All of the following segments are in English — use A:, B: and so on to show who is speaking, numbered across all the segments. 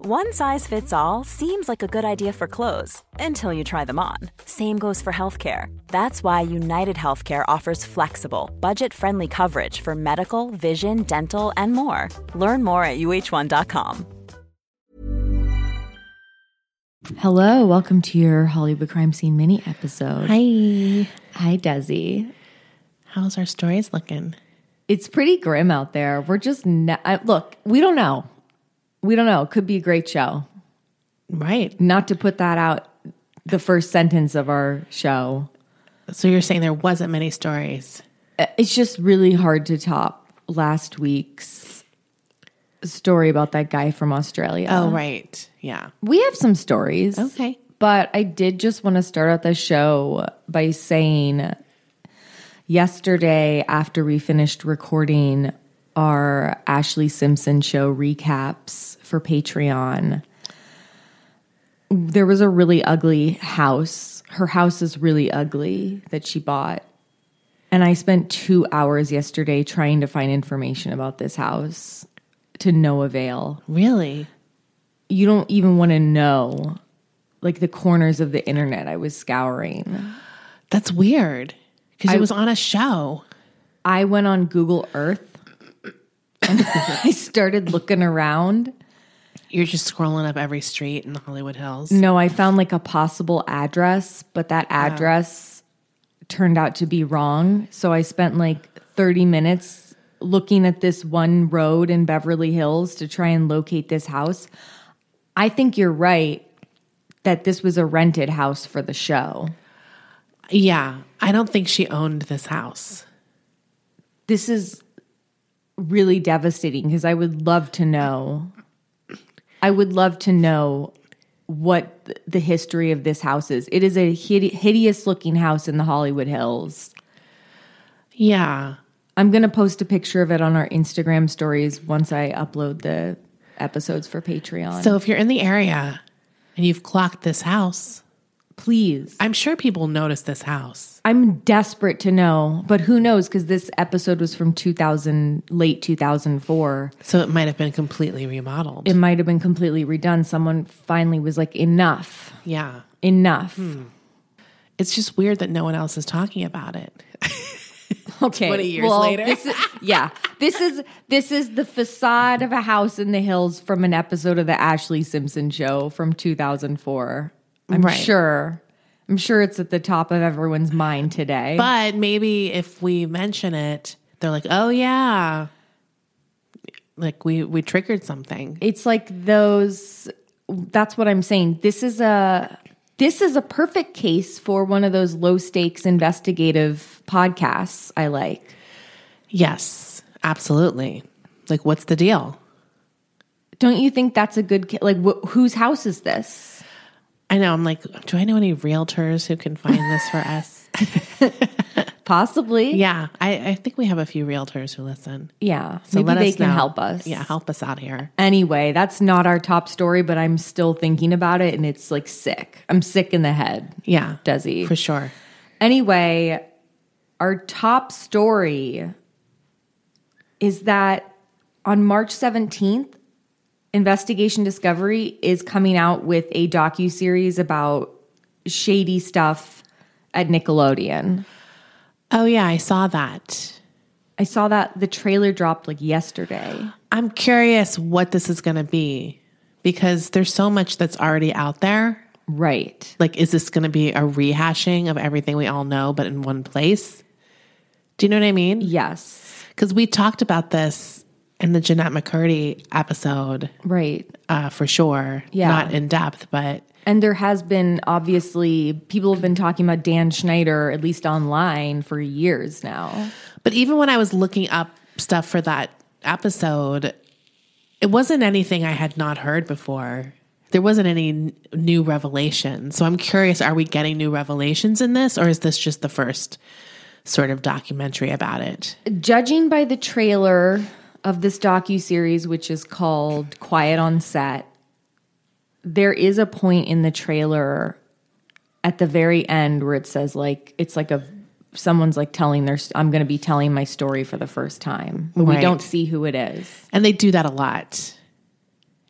A: One size fits all seems like a good idea for clothes until you try them on. Same goes for healthcare. That's why United Healthcare offers flexible, budget friendly coverage for medical, vision, dental, and more. Learn more at uh1.com.
B: Hello, welcome to your Hollywood crime scene mini episode.
C: Hi.
B: Hi, Desi.
C: How's our stories looking?
B: It's pretty grim out there. We're just ne- I, look. We don't know. We don't know. Could be a great show.
C: Right.
B: Not to put that out. The first sentence of our show.
C: So you're saying there wasn't many stories.
B: Uh, It's just really hard to top last week's story about that guy from Australia.
C: Oh, right. Yeah.
B: We have some stories.
C: Okay.
B: But I did just want to start out the show by saying yesterday, after we finished recording our Ashley Simpson show recaps for Patreon, there was a really ugly house. Her house is really ugly that she bought. And I spent two hours yesterday trying to find information about this house to no avail
C: Really?
B: you don't even want to know like the corners of the internet I was scouring.
C: That's weird because it was on a show.
B: I went on Google Earth and I started looking around.
C: You're just scrolling up every street in the Hollywood Hills.
B: No, I found like a possible address, but that address turned out to be wrong. So I spent like 30 minutes looking at this one road in Beverly Hills to try and locate this house. I think you're right that this was a rented house for the show.
C: Yeah. I don't think she owned this house.
B: this is really devastating because I would love to know. I would love to know what th- the history of this house is. It is a hide- hideous looking house in the Hollywood Hills.
C: Yeah.
B: I'm going to post a picture of it on our Instagram stories once I upload the episodes for Patreon.
C: So if you're in the area and you've clocked this house,
B: please,
C: I'm sure people noticed this house.
B: I'm desperate to know, but who knows because this episode was from 2000 late 2004.
C: So it might have been completely remodeled.
B: It might have been completely redone. Someone finally was like enough.
C: yeah.
B: enough.
C: Hmm. It's just weird that no one else is talking about it.
B: Okay.
C: 20 years
B: well,
C: later.
B: this is- yeah. This is this is the facade of a house in the hills from an episode of the Ashley Simpson show from 2004. I'm
C: Right.
B: sure. I'm sure it's at the top of everyone's mind today.
C: But maybe if we mention it, they're like, "Oh yeah." Like we we triggered something.
B: it's like those that's what I'm saying. This is a this is a perfect case for one of those low stakes investigative podcasts I like.
C: Yes, absolutely. Like what's the deal?
B: Don't you think that's a good ca- like wh- whose house is this?
C: I know I'm like, do I know any realtors who can find this for us?
B: Possibly.
C: yeah, I, I think we have a few realtors who listen.
B: Yeah.
C: So
B: Maybe
C: let
B: they
C: us
B: can
C: know.
B: help us.
C: Yeah, help us out here.
B: Anyway, that's not our top story, but I'm still thinking about it and it's like sick. I'm sick in the head.
C: Yeah,
B: Desi.
C: for sure.
B: Anyway, our top story is that on March 17th, Investigation Discovery is coming out with a docu series about shady stuff at Nickelodeon.
C: Oh yeah, I saw that.
B: I saw that the trailer dropped like yesterday.
C: I'm curious what this is going to be because there's so much that's already out there.
B: Right.
C: Like, is this going to be a rehashing of everything we all know, but in one place? Do you know what I mean?
B: Yes.
C: Because we talked about this in the Jeanette McCurdy episode
B: Right.
C: uh, for sure.
B: Yeah.
C: Not in depth, but
B: And there has been obviously people have been talking about Dan Schneider at least online for years now.
C: but even when I was looking up stuff for that episode, it wasn't anything I had not heard before. There wasn't any n- new revelations. So I'm curious are we getting new revelations in this, or is this just the first sort of documentary about it?
B: Judging by the trailer of this docu series which is called Quiet on Set, there is a point in the trailer at the very end where it says like it's like a someone's like telling their s- I'm going to be telling my story for the first time. But we
C: Right.
B: don't see who it is.
C: And they do that a lot.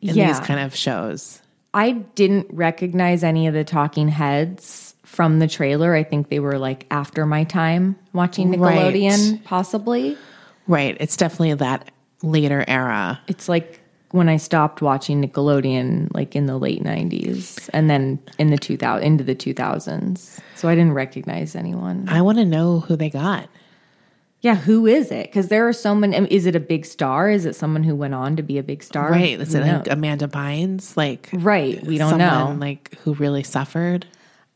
C: in
B: Yeah.
C: these kind of shows.
B: I didn't recognize any of the talking heads from the trailer. I think they were like after my time watching
C: Right.
B: Nickelodeon, possibly.
C: Right. It's definitely that later era.
B: It's like when I stopped watching Nickelodeon, like in the late '90s, and then in the 2000 into the 2000s. So I didn't recognize anyone.
C: I want to know who they got.
B: Yeah, who is it? Because there are so many. I mean, Is it a big star? Is it someone who went on to be a big star?
C: Right. Is
B: Who
C: it like
B: knows?
C: Amanda Bynes? Like
B: Mm-hmm. right. We don't
C: someone
B: know.
C: like who really suffered?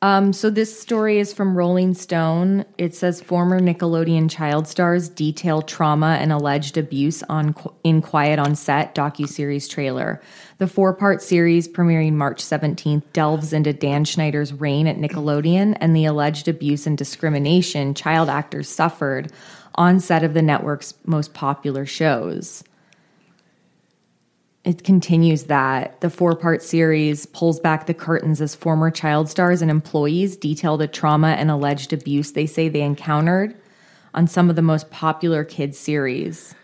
B: Um, so this story is from Rolling Stone. It says former Nickelodeon child stars detail trauma and alleged abuse on Qu- in Quiet on Set docuseries trailer. The four-part series premiering March 17th delves into Dan Schneider's reign at Nickelodeon and the alleged abuse and discrimination child actors suffered on set of the network's most popular shows it continues that the four part series pulls back the curtains as former child stars and employees detail the trauma and alleged abuse they say they encountered on some of the most popular kids series.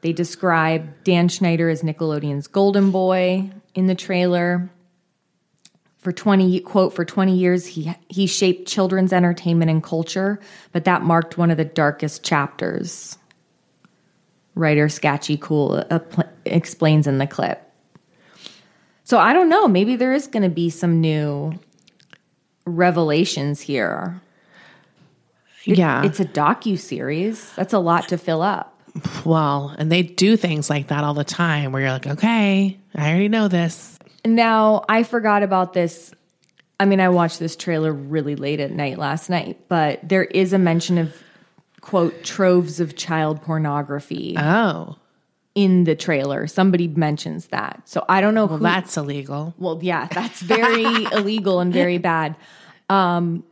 B: They describe Dan Schneider as Nickelodeon's golden boy in the trailer. For 20 quote for 20 years he he shaped children's entertainment and culture, but that marked one of the darkest chapters writer Scatchy Cool uh, pl- explains in the clip. So I don't know. Maybe there is going to be some new revelations here.
C: yeah.
B: It's a docu series. That's a lot to fill up.
C: well, and they do things like that all the time where you're like, okay, I already know this.
B: Now I forgot about this. I mean, I watched this trailer really late at night last night, but there is a mention of quote troves of child pornography
C: Oh,
B: in the trailer. Somebody mentions that. So I don't know who
C: that's illegal.
B: Well, yeah, that's very illegal and very bad. Um,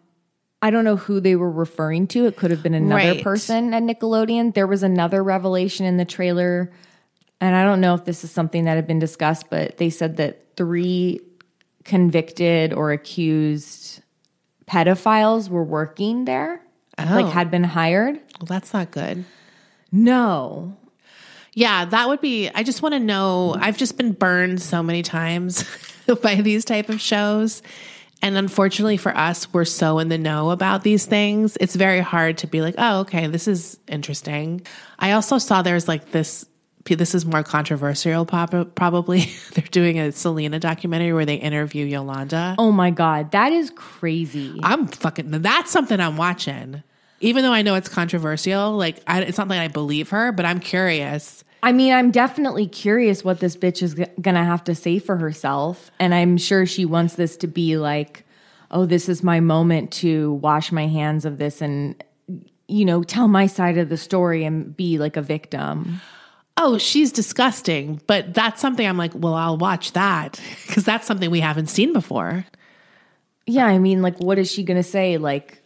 B: I don't know who they were referring to. It could have been another
C: Right.
B: person at Nickelodeon. There was another revelation in the trailer, and I don't know if this is something that had been discussed, but they said that three convicted or accused pedophiles were working there, like
C: Oh.
B: had been hired.
C: Well, that's not good.
B: No,
C: Yeah, that would be. I just want to know. I've just been burned so many times by these type of shows, and unfortunately for us, we're so in the know about these things. It's very hard to be like, oh, okay, this is interesting. I also saw there's like this. This is more controversial, prob- probably. They're doing a Selena documentary where they interview Yolanda.
B: oh my god, that is crazy.
C: I'm fucking. That's something I'm watching. Even though I know it's controversial, like I, it's not that I believe her, but I'm curious.
B: I mean, I'm definitely curious what this bitch is g- gonna have to say for herself. And I'm sure she wants this to be like, oh, this is my moment to wash my hands of this and, you know, tell my side of the story and be like a victim.
C: oh, she's disgusting. But that's something I'm like, well, I'll watch that because that's something we haven't seen before.
B: Yeah, I mean, like, what is she gonna say? Like,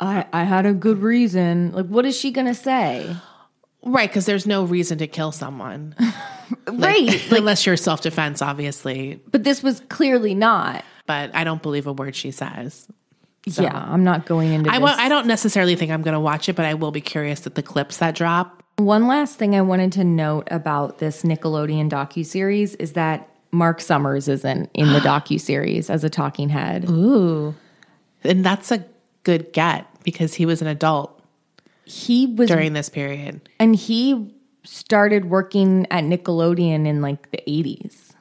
B: I, I had a good reason. Like, what is she gonna say?
C: Right. Because there's no reason to kill someone.
B: right.
C: unless you're self defense, obviously.
B: But this was clearly not.
C: But I don't believe a word she says.
B: Yeah, I'm not going into
C: I,
B: this.
C: won't, I don't necessarily think I'm going to watch it, but I will be curious at the clips that drop.
B: One last thing I wanted to note about this Nickelodeon docuseries is that Mark Summers isn't in the docuseries as a talking head.
C: Ooh. And that's a good get because he was an adult
B: He was
C: during this period.
B: and he started working at Nickelodeon in like the 80s.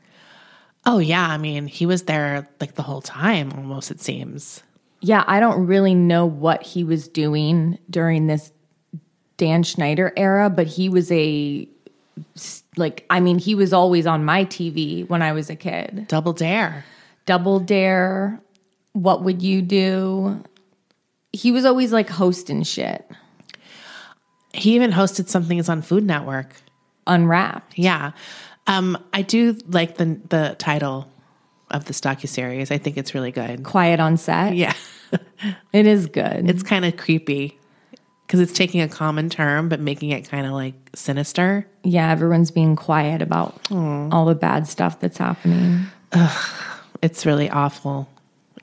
C: Oh, yeah. I mean, he was there like the whole time almost, it seems.
B: Yeah, I don't really know what he was doing during this Dan Schneider era, but he was a like I mean, he was always on my TV when I was a kid.
C: Double dare.
B: Double Dare, What Would You Do? He was always like hosting shit,
C: He even hosted something that's on Food Network.
B: unwrapped.
C: Yeah. Um, I do like the the title of this docuseries. I think it's really good.
B: Quiet on set.
C: Yeah.
B: It is good.
C: It's kind of creepy because it's taking a common term but making it kind of like sinister.
B: yeah, everyone's being quiet about all the bad stuff that's happening.
C: It's really awful.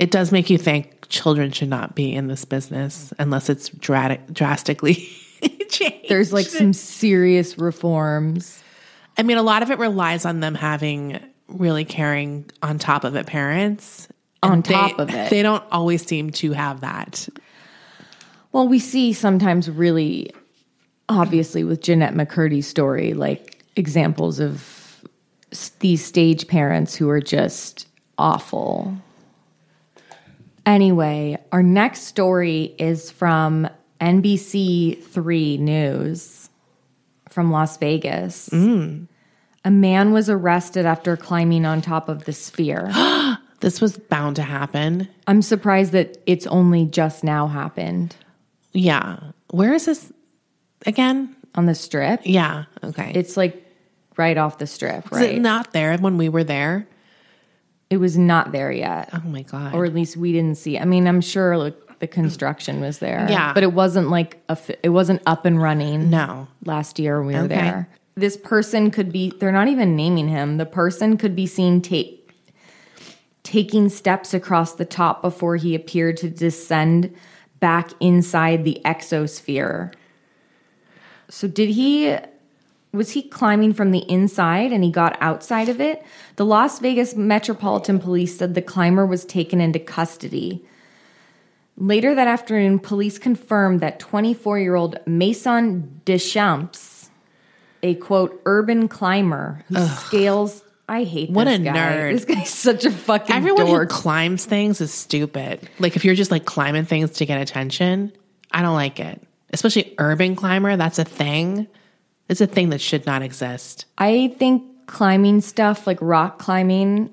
C: It does make you think children should not be in this business unless it's drati- drastically changed.
B: There's like some serious reforms.
C: I mean, a lot of it relies on them having really caring on top of it parents.
B: On
C: And they-
B: top of it.
C: They don't always seem to have that.
B: Well, we see sometimes really obviously with Jeanette McCurdy's story, like examples of s- these stage parents who are just awful. Anyway, our next story is from NBC3 News from Las Vegas. A man was arrested after climbing on top of the sphere.
C: This was bound to happen.
B: I'm surprised that it's only just now happened
C: Yeah. Where is this again?
B: on the strip.
C: Yeah. Okay.
B: It's like right off the strip,
C: Is
B: right?
C: it not there when we were there?
B: it was not there yet,
C: Oh my god.
B: or at least we didn't see. I mean, I'm sure like the construction was there,
C: Yeah.
B: but it wasn't like a, fi- it wasn't up and running.
C: no.
B: last year when we were
C: Okay.
B: there. This person could be, they're not even naming him. The person could be seen take, taking steps across the top before he appeared to descend back inside the exosphere. So, did he, was he climbing from the inside and he got outside of it? The Las Vegas Metropolitan Police said the climber was taken into custody. Later that afternoon, police confirmed that 24 year old Mason Deschamps, a quote, urban climber who scales. I hate
C: What
B: this
C: a
B: guy.
C: nerd.
B: This guy's such a fucking
C: Everyone who
B: dork.
C: climbs things is stupid. Like if you're just like climbing things to get attention, I don't like it. Especially urban climber, that's a thing. It's a thing that should not exist.
B: I think climbing stuff like rock climbing,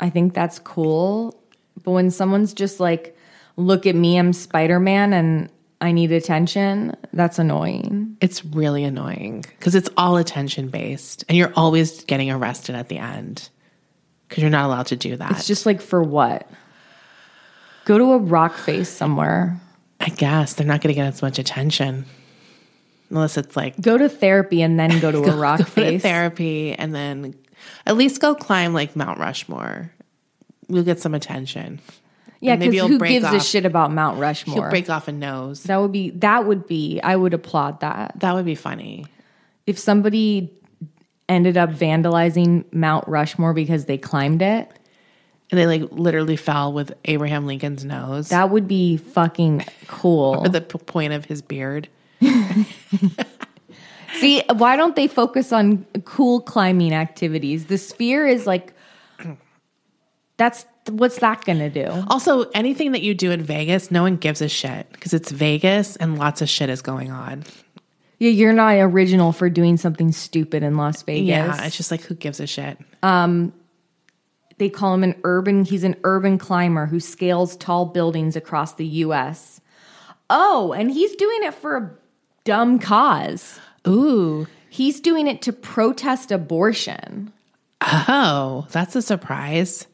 B: I think that's cool. But when someone's just like, look at me, I'm Spider Man and I need attention, that's annoying.
C: It's really annoying because it's all attention based and you're always getting arrested at the end because you're not allowed to do that.
B: It's just like, for what? Go to a rock face somewhere.
C: I guess they're not going to get as much attention unless it's like
B: Go to therapy and then go to a rock
C: go to
B: face.
C: therapy and then at least go climb like Mount Rushmore. We'll get some attention.
B: yeah,
C: Maybe
B: because
C: you'll
B: who
C: break
B: gives a
C: off.
B: shit about Mount
C: You'll
B: Rushmore?
C: break off a nose.
B: That would be, that would be, I would applaud that.
C: That would be funny.
B: if somebody ended up vandalizing Mount Rushmore because they climbed it,
C: And they like literally fell with Abraham Lincoln's nose
B: that would be fucking cool.
C: at the p- point of his beard.
B: See, why don't they focus on cool climbing activities? The sphere is like that's what's that going to do?
C: Also, anything that you do in Vegas, no one gives a shit because it's Vegas and lots of shit is going on.
B: Yeah, you're not original for doing something stupid in Las Vegas.
C: Yeah, it's just like who gives a shit?
B: they call him an urban he's an urban climber who scales tall buildings across the US. Oh, and he's doing it for a dumb cause.
C: Ooh,
B: He's doing it to protest abortion.
C: oh, that's a surprise.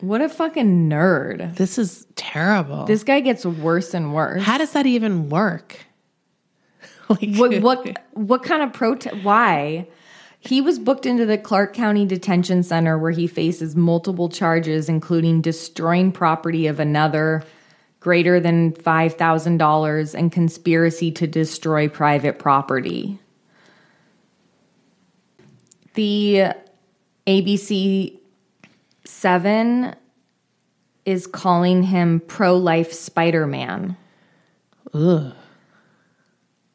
B: What a fucking nerd.
C: This is terrible.
B: This guy gets worse and worse.
C: How does that even work? like,
B: What what what kind of protest why? He was booked into the Clark County Detention Center where he faces multiple charges including destroying property of another greater than $5,000 and conspiracy to destroy private property. The ABC 7 is calling him pro life Spider Man.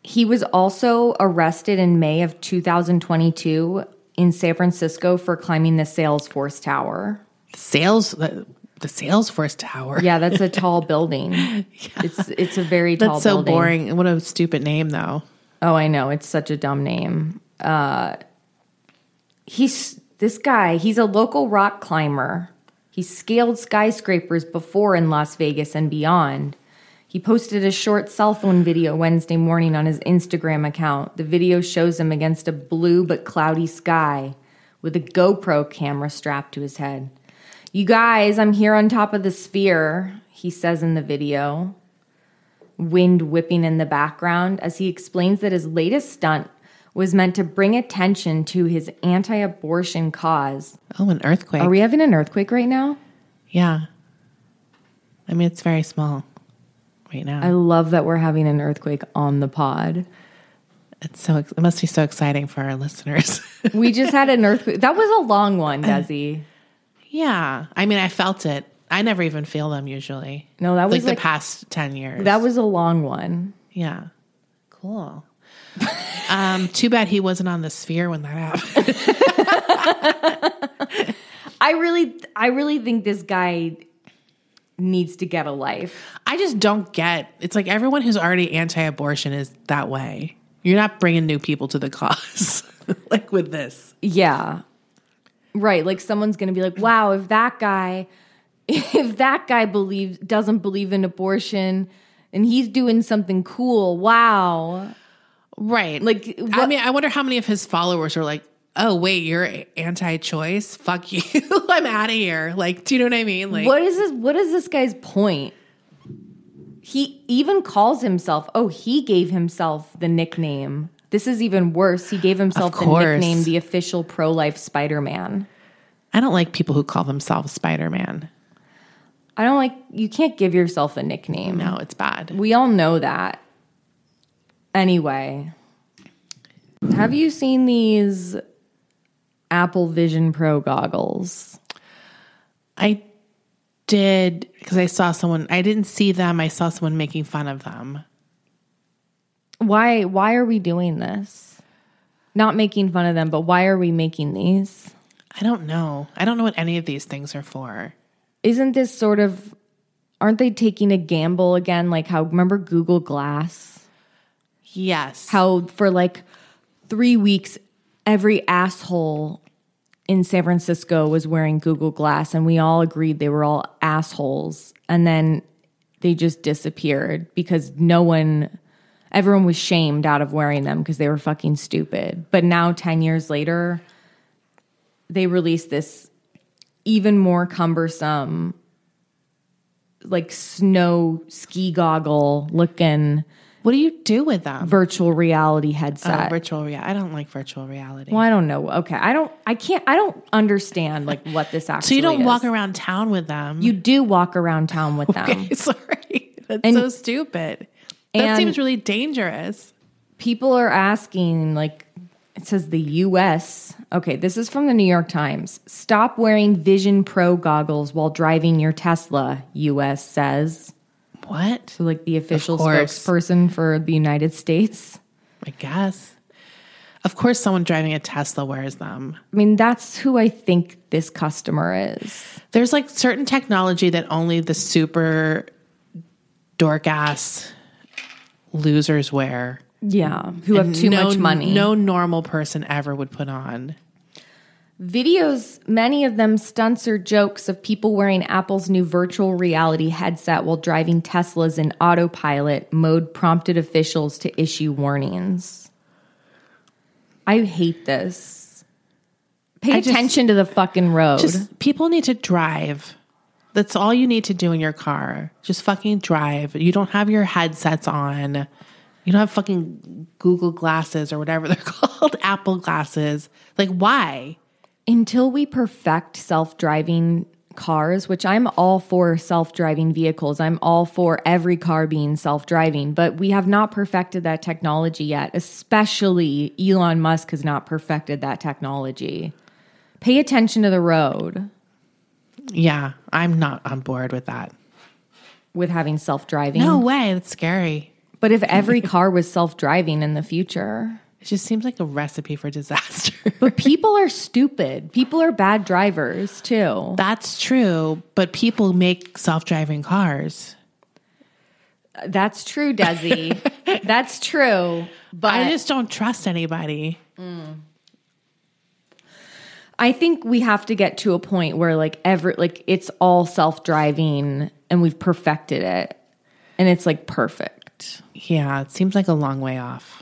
B: He was also arrested in May of 2022 in San Francisco for climbing the Salesforce Tower.
C: sales the, the Salesforce Tower.
B: Yeah, that's a tall building. It's it's a very tall
C: That's so
B: building.
C: boring. What a stupid name, though.
B: Oh, I know. It's such a dumb name. Uh, he's this guy. He's a local rock climber. He scaled skyscrapers before in Las Vegas and beyond. He posted a short cell phone video Wednesday morning on his Instagram account. The video shows him against a blue but cloudy sky with a GoPro camera strapped to his head. You guys, I'm here on top of the sphere, he says in the video wind whipping in the background as he explains that his latest stunt was meant to bring attention to his anti abortion cause.
C: Oh, an earthquake.
B: Are we having an earthquake right now?
C: yeah. I mean, it's very small right now.
B: I love that we're having an earthquake on the pod.
C: It's so ex- it must be so exciting for our listeners.
B: we just had an earthquake. That was a long one, Desi.
C: Yeah. I mean, I felt it. I never even feel them usually.
B: No, that was
C: like,
B: like-
C: the past 10 years.
B: That was a long one.
C: yeah. Cool. um, too bad he wasn't on the sphere when that happened.
B: I really, I really think this guy needs to get a life.
C: I just don't get. It's like everyone who's already anti-abortion is that way. You're not bringing new people to the cause like with this.
B: Yeah, right. Like someone's gonna be like, "Wow, if that guy, if that guy believes doesn't believe in abortion." And he's doing something cool. Wow.
C: Right. Like
B: Like,
C: I
B: what-
C: mean, I wonder how many of his followers are like, "Oh, wait, you're anti-choice? Fuck you. I'm out of here." Like, do you know what I mean? Like
B: what is this? What is this guy's point? He even calls himself. Oh, he gave himself the nickname. This is even worse. He gave himself the
C: course.
B: nickname, the official pro-life Spider-Man.
C: I don't like people who call themselves Spider-Man.
B: I don't like. You can't give yourself a nickname.
C: No, it's bad.
B: We all know that. Anyway, have you seen these Apple Vision Pro goggles?
C: I did because I saw someone I didn't see them. I saw someone making fun of them.
B: Why? Why are we doing this? Not making fun of them, but why are we making these?
C: I don't know. I don't know what any of these things are for.
B: isn't this sort of aren't they taking a gamble again like how remember google glass
C: Yes.
B: how for like three weeks every asshole in san francisco was wearing google glass and we all agreed they were all assholes and then they just disappeared because no one everyone was shamed out of wearing them because they were fucking stupid but now 10 years later they released this even more cumbersome like snow ski goggle looking
C: What do you do with them?
B: virtual reality
C: Oh,
B: headset.
C: virtual reality. I don't like virtual reality.
B: well, I don't know. Okay, I don't. I can't. I don't understand like what this actually.
C: So you don't
B: is.
C: walk around town with them.
B: You do walk around town with them.
C: sorry. That's
B: And-
C: so stupid.
B: and-
C: That seems really dangerous.
B: People are asking like. It says the US. Okay, this is from the New York Times. Stop wearing Vision Pro goggles while driving your Tesla, US says.
C: What?
B: So, like the official
C: course.
B: spokesperson for the United States.
C: I guess. Of course someone driving a Tesla wears them.
B: I mean, that's who I think this customer is.
C: There's like certain technology that only the super dork ass losers wear.
B: Yeah. Who have too
C: no,
B: much money.
C: No normal person ever would put on.
B: Videos, many of them stunts or jokes of people wearing Apple's new virtual reality headset while driving Teslas in autopilot mode prompted officials to issue warnings. I hate this. Pay
C: I just-
B: attention to the fucking road.
C: Just people need to drive. That's all you need to do in your car. Just fucking drive. You don't have your headsets on. You don't have fucking Google glasses or whatever they're called, Apple glasses. Like why?
B: Until we perfect self driving cars, which I'm all for self driving vehicles, I'm all for every car being self driving, but we have not perfected that technology yet, especially Elon Musk has not perfected that technology. Pay attention to the road
C: Yeah, I'm not on board with that.
B: with having self driving.
C: No way. That's scary.
B: But if every car was self driving in the future,
C: It just seems like a recipe for disaster.
B: but people are stupid. People are bad drivers too.
C: That's true, but people make self-driving cars.
B: That's true, Desi. That's true. But
C: I just don't trust anybody.
B: I think we have to get to a point where like every like it's all self-driving and we've perfected it and it's like perfect.
C: Yeah, it seems like a long way off.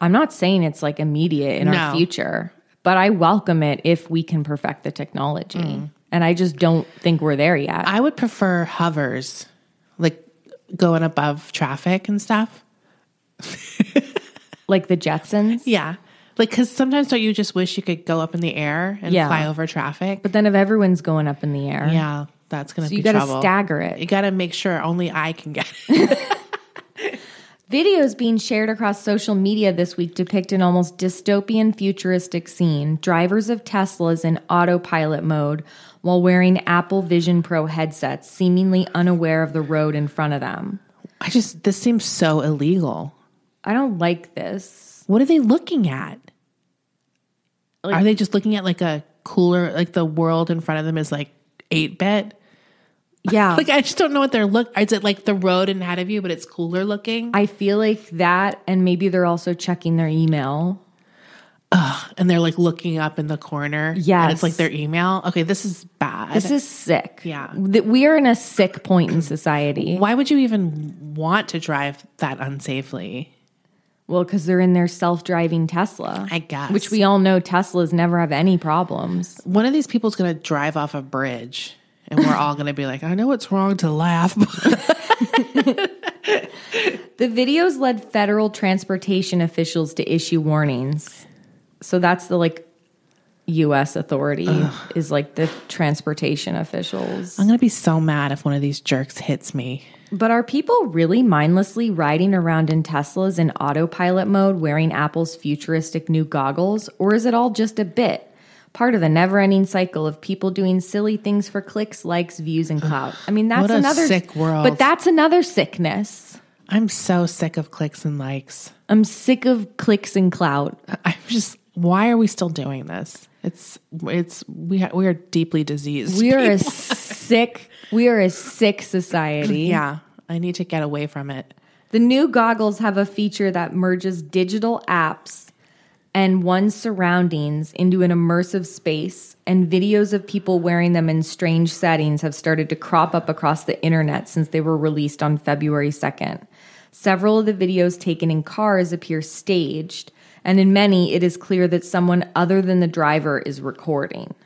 B: I'm not saying it's like immediate in our
C: No.
B: future, but I welcome it if we can perfect the technology. And I just don't think we're there yet.
C: Mm. I would prefer hovers, like going above traffic and stuff.
B: like the Jetsons.
C: Yeah. Like, because sometimes don't you just wish you could go up in the air and
B: Yeah.
C: fly over traffic?
B: But then if everyone's going up in the air,
C: yeah, that's going to
B: so
C: be
B: you got to
C: trouble.
B: stagger it.
C: You got to make sure only I can get it.
B: Videos being shared across social media this week depict an almost dystopian futuristic scene. Drivers of Teslas in autopilot mode while wearing Apple Vision Pro headsets, seemingly unaware of the road in front of them.
C: I just, this seems so illegal.
B: I don't like this.
C: What are they looking at? are they just looking at like a cooler, like the world in front of them is like 8 bit?
B: Yeah.
C: Like, I just don't know what they're look. Is it like the road in ahead of you, but it's cooler looking?
B: I feel like that, and maybe they're also checking their email.
C: and they're like looking up in the corner. and
B: Yes.
C: it's like their email. Okay, this is bad.
B: This is sick.
C: Yeah.
B: Th- We are in a sick point in society.
C: Why would you even want to drive that unsafely?
B: Well, because they're in their self driving Tesla.
C: I guess.
B: Which we all know Teslas never have any problems.
C: One of these people's going to drive off a bridge, and we're all going to be like, I know it's wrong to laugh. but
B: The videos led federal transportation officials to issue warnings. So that's the like US authority is like the transportation officials.
C: I'm going to be so mad if one of these jerks hits me.
B: But are people really mindlessly riding around in Teslas in autopilot mode wearing Apple's futuristic new goggles? Or is it all just a bit? Part of the never ending cycle of people doing silly things for clicks, likes, views, and clout. I mean, that's
C: What a
B: another
C: sick world.
B: But that's another sickness.
C: I'm so sick of clicks and likes.
B: I'm sick of clicks and clout.
C: I'm just, why are we still doing this? It's, it's, we, ha- we are deeply diseased.
B: We are a sick. We are a sick society.
C: yeah, I need to get away from it.
B: The new goggles have a feature that merges digital apps and one's surroundings into an immersive space, and videos of people wearing them in strange settings have started to crop up across the internet since they were released on February 2nd. Several of the videos taken in cars appear staged, and in many, it is clear that someone other than the driver is recording.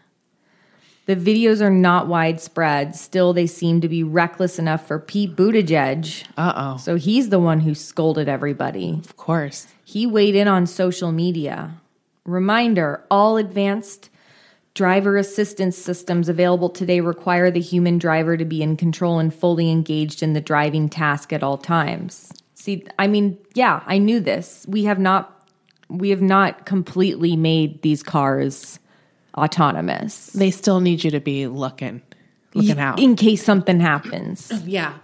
B: The videos are not widespread. Still, they seem to be reckless enough for Pete Buttigieg. Uh oh. So he's the one who scolded everybody.
C: Of course.
B: He weighed in on social media. Reminder all advanced driver assistance systems available today require the human driver to be in control and fully engaged in the driving task at all times. See, I mean, yeah, I knew this. We have not we have not completely made these cars autonomous.
C: They still need you to be looking, looking out.
B: in case something happens.
C: Yeah.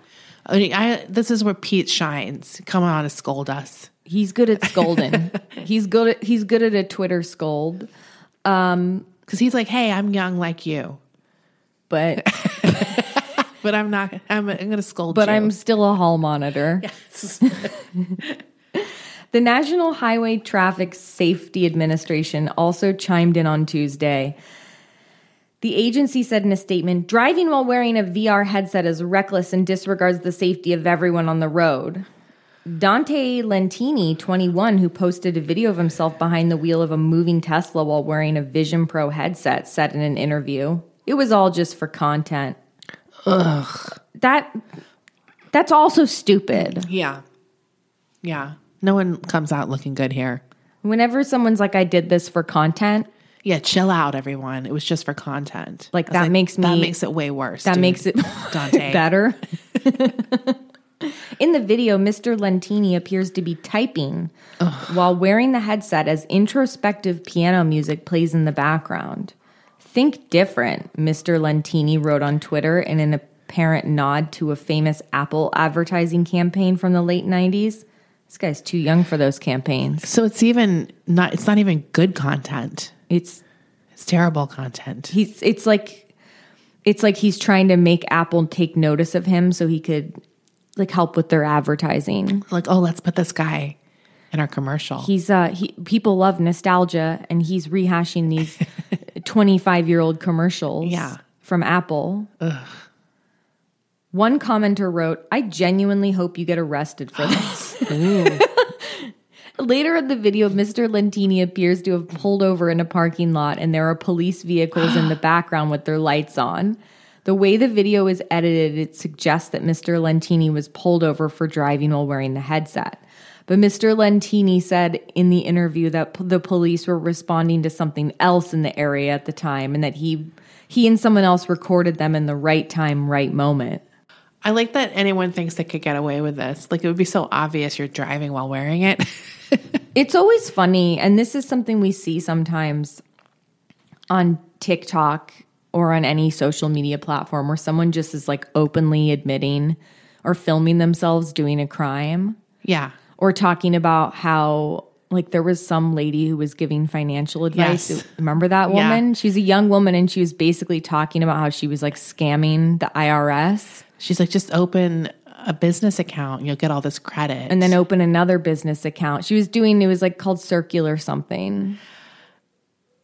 C: I mean, I, this is where Pete shines. Come on and scold us.
B: He's good at scolding. he's good. At, he's good at a Twitter scold,
C: Because he's like, hey, I'm young like you,
B: but
C: but I'm not, I'm, I'm going to scold
B: but
C: you.
B: I'm still a hall monitor. The National Highway Traffic Safety Administration also chimed in on Tuesday. The agency said in a statement driving while wearing a VR headset is reckless and disregards the safety of everyone on the road. Dante Lentini, 21, who posted a video of himself behind the wheel of a moving Tesla while wearing a Vision Pro headset, said in an interview, "It was all just for content." Ugh. That that's also stupid.
C: Yeah. Yeah. No one comes out looking good here.
B: Whenever someone's like, "I did this for content,"
C: Yeah, chill out, everyone. It was just for content.
B: Like,
C: I was
B: that makes
C: that
B: me-
C: makes it way worse.
B: that
C: dude.
B: makes it
C: Dante.
B: better. In the video, Mr. Lentini appears to be typing while wearing the headset as introspective piano music plays in the background. Think different, Mr. Lentini wrote on Twitter in an apparent nod to a famous Apple advertising campaign from the late 90s. This guy's too young for those campaigns.
C: so it's even not. It's not even good content.
B: It's
C: It's terrible content.
B: he's it's like it's like he's trying to make Apple take notice of him so he could like help with their advertising.
C: Like, oh, let's put this guy in our commercial.
B: He's uh he people love nostalgia and he's rehashing these 25-year-old commercials
C: Yeah.
B: from Apple. One commenter wrote, "I genuinely hope you get arrested for this." Later in the video, Mr. Lentini appears to have pulled over in a parking lot and there are police vehicles in the background with their lights on. The way the video is edited, it suggests that Mr. Lentini was pulled over for driving while wearing the headset. But Mr. Lentini said in the interview that p- the police were responding to something else in the area at the time and that he he and someone else recorded them in the right time, right moment.
C: I like that anyone thinks they could get away with this. Like it would be so obvious you're driving while wearing it.
B: It's always funny, and this is something we see sometimes on TikTok or on any social media platform where someone just is like openly admitting or filming themselves doing a crime
C: yeah.
B: or talking about how like there was some lady who was giving financial advice.
C: Yes.
B: Remember that
C: Yeah.
B: woman? She's a young woman and she was basically talking about how she was like scamming the IRS
C: She's like, just open a business account and you'll get all this credit.
B: and then open another business account. She was doing it was like called circular something.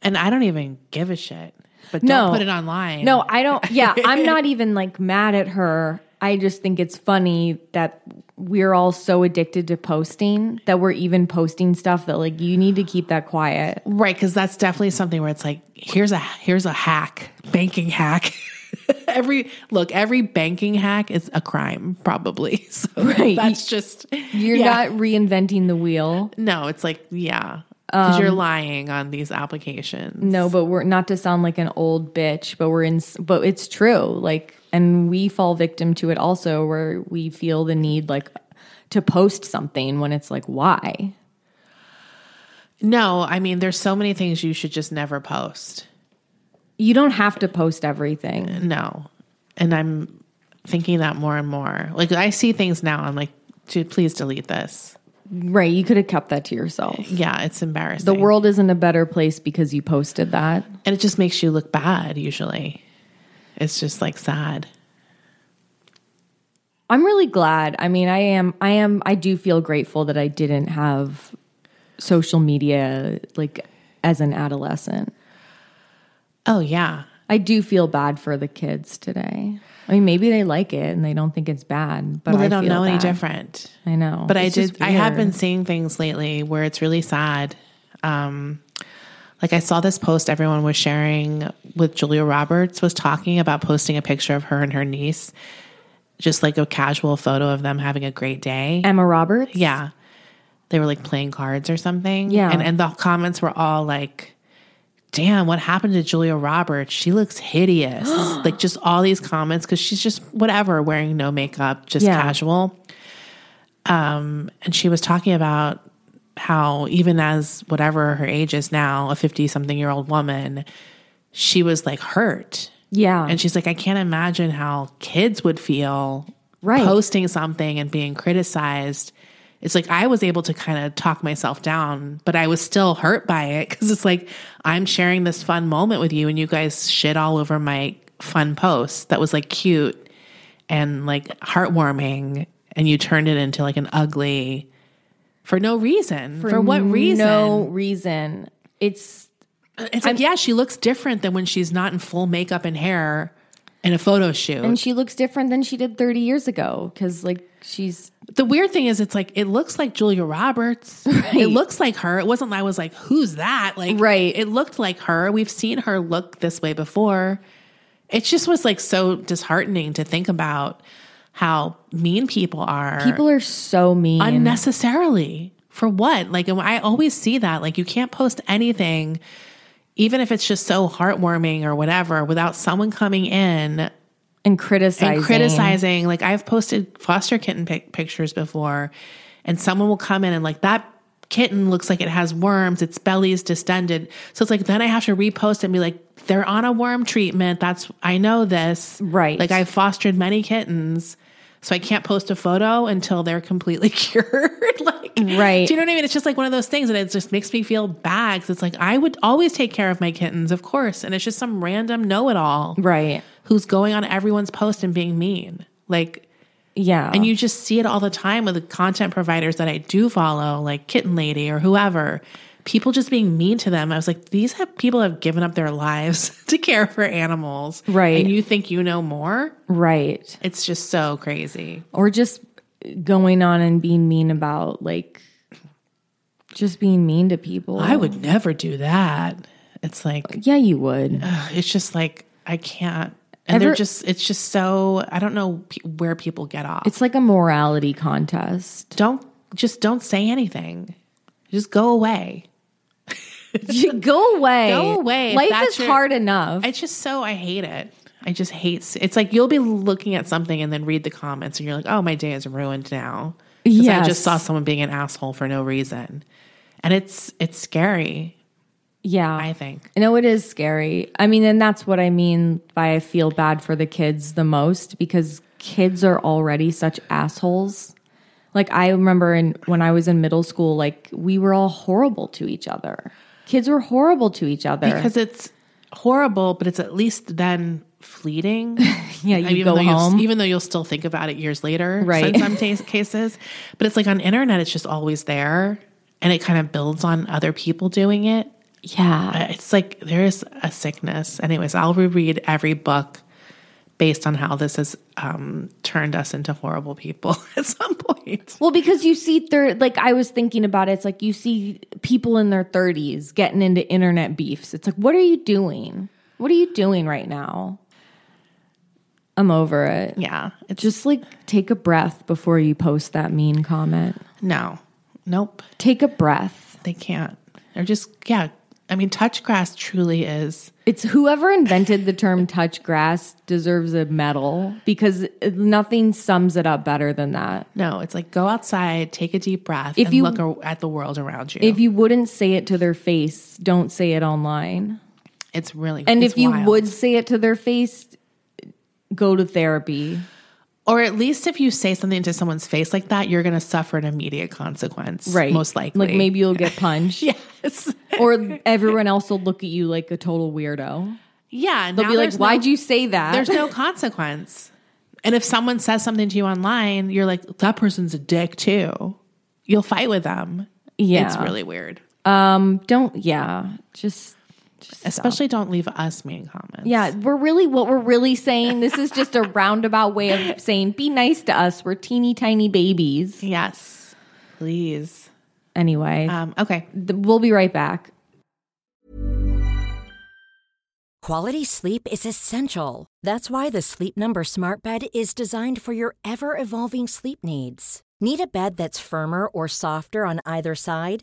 C: and I don't even give a shit. But don't put it online.
B: No, I don't. Yeah, I'm not even like mad at her. I just think it's funny that we're all so addicted to posting that we're even posting stuff that like you need to keep that quiet.
C: Right, because that's definitely something where it's like, here's a here's a hack, banking hack. every look, every banking hack is a crime, probably. So
B: Right.
C: that's just
B: You're
C: yeah.
B: not reinventing the wheel.
C: No, it's like yeah, because
B: Um,
C: you're lying on these applications.
B: No, but we're not to sound like an old bitch, but we're in but it's true. Like and we fall victim to it also where we feel the need like to post something when it's like why?
C: no, I mean, there's so many things you should just never post.
B: You don't have to post everything.
C: No, and I'm thinking that more and more. Like I see things now, I'm like, dude, please delete this.
B: Right, you could have kept that to yourself.
C: Yeah, it's embarrassing.
B: The world isn't a better place because you posted that.
C: and it just makes you look bad. Usually, it's just like sad.
B: I'm really glad. I mean, I am I am I do feel grateful that I didn't have social media like as an adolescent.
C: Oh yeah,
B: I do feel bad for the kids today. I mean, maybe they like it and they don't think it's bad, but
C: well, they
B: I
C: don't
B: feel
C: know any
B: bad.
C: different.
B: I know.
C: But
B: It's
C: I
B: just
C: did. I have
B: weird.
C: been seeing things lately where it's really sad. Um, like I saw this post everyone was sharing with Julia Roberts was talking about posting a picture of her and her niece, just like a casual photo of them having a great day.
B: Emma Roberts.
C: yeah, they were like playing cards or something.
B: Yeah.
C: and and the comments were all like. Damn, what happened to Julia Roberts? She looks hideous. like just all these comments because she's just whatever, wearing no makeup, just
B: Yeah.
C: casual Um, and she was talking about how even as whatever her age is now, a 50 something year old woman, she was like hurt.
B: Yeah.
C: And she's like, I can't imagine how kids would feel
B: Right.
C: posting something and being criticized. It's like I was able to kind of talk myself down, but I was still hurt by it because it's like I'm sharing this fun moment with you and you guys shit all over my fun post that was like cute and like heartwarming and you turned it into like an ugly for no reason. For, what reason?
B: No reason. It's
C: It's like, yeah, she looks different than when she's not in full makeup and hair in a photo shoot.
B: and she looks different than she did 30 years ago cuz like she's
C: the weird thing is, it's like it looks like Julia Roberts. It looks like her. It wasn't. I was like, who's that? Like,
B: Right.
C: It looked like her. We've seen her look this way before. It just was like so disheartening to think about how mean people are.
B: people are so mean.
C: unnecessarily for what like and i always see that like you can't post anything even if it's just so heartwarming or whatever without someone coming in
B: and criticizing.
C: and criticizing like i've posted foster kitten pic- pictures before and someone will come in and like that kitten looks like it has worms its belly is distended so it's like then i have to repost and be like they're on a worm treatment that's i know this
B: Right.
C: like i've fostered many kittens so i can't post a photo until they're completely cured like
B: Right.
C: do you know what i mean it's just like one of those things and it just makes me feel bad 'cause it's like i would always take care of my kittens of course and it's just some random know-it-all
B: Right.
C: who's going on everyone's post and being mean. Like,
B: Yeah.
C: and you just see it all the time with the content providers that I do follow, like Kitten Lady or whoever. People just being mean to them. I was like, these have people have given up their lives to care for animals,
B: Right.
C: And you think you know more?
B: right.
C: It's just so crazy.
B: or just going on and being mean about like just being mean to people.
C: I would never do that. It's like
B: Yeah, you would.
C: it's just like I can't. And they're
B: Ever-
C: just it's just so I don't know pe- where people get off.
B: It's like a morality contest.
C: don't just don't say anything. Just go away.
B: Go away.
C: Go away if
B: Life
C: that's
B: is
C: your-
B: hard enough.
C: It's just so I hate it. I just hate. s- It's like you'll be looking at something and then read the comments, and you're like, "Oh, my day is ruined now." 'Cause I
B: Yes.
C: just saw someone being an asshole for no reason, and it's it's scary.
B: Yeah.
C: I think.
B: No, it is scary. I mean, and that's what I mean by I feel bad for the kids the most because kids are already such assholes. Like I remember in when I was in middle school, like we were all horrible to each other. Kids were horrible to each other.
C: because it's horrible, but it's at least then fleeting.
B: yeah, you
C: even
B: go
C: though
B: home.
C: You'll, even though you'll still think about it years later,
B: Right.
C: In some tas cases, but it's like on internet, it's just always there, and it kind of builds on other people doing it.
B: yeah.
C: Uh, It's like there is a sickness. Anyways, I'll reread every book based on how this has um, turned us into horrible people at some point.
B: Well, because you see, thir- like I was thinking about it, it's like you see people in their 30s getting into internet beefs. It's like, what are you doing? What are you doing right now? I'm over it.
C: Yeah, it's just
B: Just like take a breath before you post that mean comment.
C: no, nope.
B: Take a breath.
C: They can't. They're just yeah. I mean, touch grass truly is
B: It's whoever invented the term touch grass deserves a medal because nothing sums it up better than that.
C: no. It's like go outside, take a deep breath,
B: If
C: and
B: you-
C: look ar- at the world around you.
B: If you wouldn't say it to their face, don't say it online.
C: it's really
B: And
C: it's
B: if you
C: wild.
B: would say it to their face, go to therapy.
C: or at least if you say something to someone's face like that, you're going to suffer an immediate consequence, Most likely,
B: Like maybe you'll get punched.
C: yes.
B: Or everyone else will look at you like a total weirdo.
C: Yeah,
B: They'll
C: now
B: be like,
C: there's no-
B: why'd you say that?
C: There's no consequence. And if someone says something to you online, you're like, that person's a dick too. You'll fight with them.
B: Yeah.
C: It's really weird.
B: um, don't, yeah. Just
C: Especially don't leave us mean comments.
B: Yeah, we're really what we're really saying. This is just a roundabout way of saying be nice to us. We're teeny tiny babies.
C: Yes. Please.
B: Anyway,
C: Um, okay.
B: th- we'll be right back.
D: Quality sleep is essential. That's why the Sleep Number Smart Bed is designed for your ever evolving sleep needs. Need a bed that's firmer or softer on either side?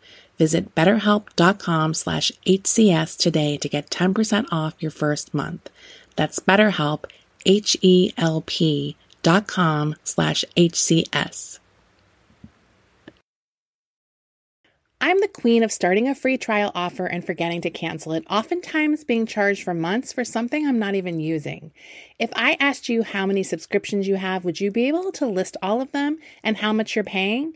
E: Visit betterhelp.com slash HCS today to get 10% off your first month. That's betterhelp, H-E-L-P dot com slash HCS. I'm the queen of starting a free trial offer and forgetting to cancel it, oftentimes being charged for months for something I'm not even using. If I asked you how many subscriptions you have, would you be able to list all of them and how much you're paying?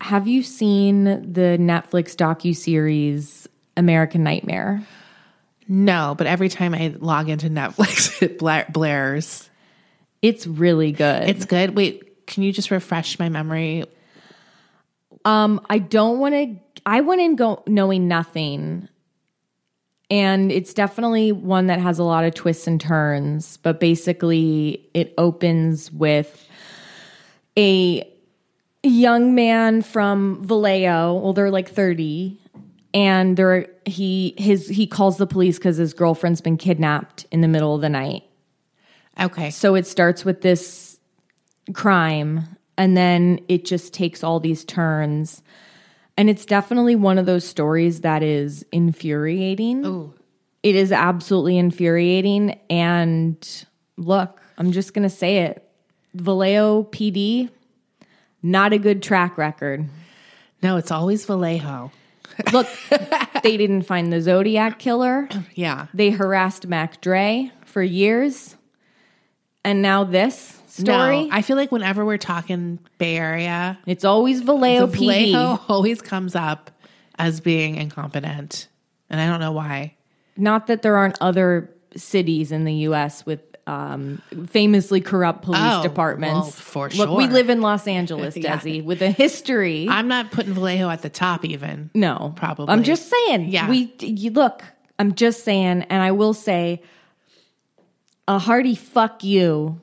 B: have you seen the Netflix docuseries American Nightmare?
C: No, but every time I log into Netflix, it bla- blares.
B: It's really good.
C: It's good. Wait, can you just refresh my memory?
B: um, I don't want to. I went in go knowing nothing, and it's definitely one that has a lot of twists and turns. But basically, it opens with a young man from Vallejo. Well, they're like thirty, and they're he his he calls the police because his girlfriend's been kidnapped in the middle of the night.
C: Okay.
B: So it starts with this crime and then it just takes all these turns. And it's definitely one of those stories that is infuriating. It is absolutely infuriating. And look, I'm just going to say it Vallejo PD, not a good track record.
C: No, it's always Vallejo.
B: Look, they didn't find the Zodiac killer.
C: Yeah.
B: They harassed Mac Dre for years. And now this story.
C: No, I feel like whenever we're talking Bay Area,
B: It's always Vallejo
C: the
B: PD.
C: Vallejo always comes up as being incompetent. And I don't know why.
B: Not that there aren't other cities in the U.S. with um, famously corrupt police
C: Oh,
B: departments.
C: well, for
B: Look, we
C: sure.
B: live in Los Angeles,
C: Yeah.
B: Desi, with a history.
C: I'm not putting Vallejo at the top even.
B: no,
C: Probably.
B: I'm just saying.
C: Yeah.
B: We you, look. I'm just saying, and I will say a hearty fuck you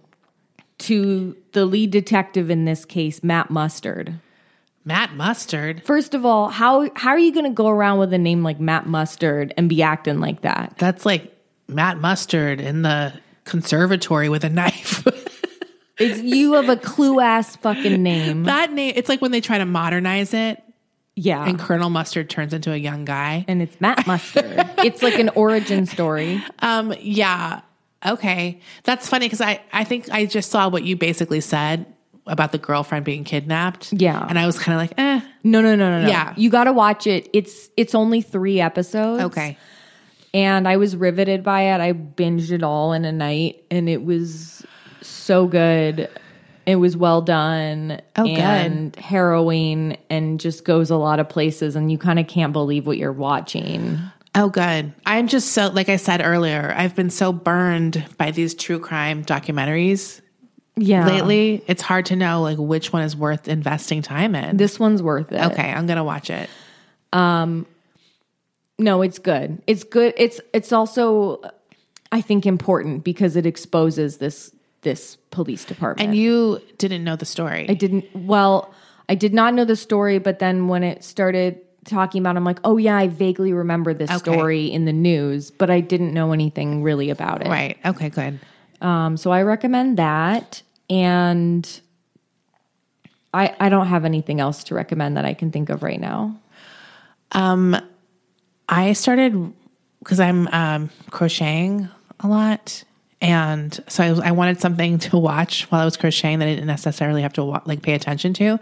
B: to the lead detective in this case, Matt Mustard.
C: Matt Mustard.
B: First of all, how how are you going to go around with a name like Matt Mustard and be acting like that?
C: That's like Matt Mustard in the conservatory with a knife.
B: It's you have a clue ass fucking name.
C: that name, it's like when they try to modernize it
B: Yeah.
C: and Colonel Mustard turns into a young guy.
B: and it's Matt Mustard. it's like an origin story.
C: Um, yeah. Okay. That's funny because I, I think I just saw what you basically said about the girlfriend being kidnapped.
B: Yeah.
C: And I was kind of like, eh.
B: No, no, no, no, no.
C: Yeah.
B: You got to watch it. It's it's only 3 episodes. And I was riveted by it. I binged it all in a night and it was so good. It was well done
C: Oh, good.
B: and harrowing and just goes a lot of places and you kind of can't believe what you're watching.
C: Oh, good. I'm just so, like I said earlier, I've been so burned by these true crime documentaries
B: Yeah.
C: lately. It's hard to know like which one is worth investing time in.
B: this one's worth it.
C: okay. I'm going to watch it.
B: No, it's good. It's good. It's it's also I think important because it exposes this this police department.
C: And you didn't know the story.
B: I didn't well, I did not know the story, but then when it started talking about it, I'm like, "Oh yeah, I vaguely remember this story in the news, but I didn't know anything really about it."
C: right. Okay. Good.
B: Um so I recommend that and I I don't have anything else to recommend that I can think of right now.
C: I started because I'm um, crocheting a lot, and so I, was- I wanted something to watch while I was crocheting that I didn't necessarily have to wa- like pay attention to.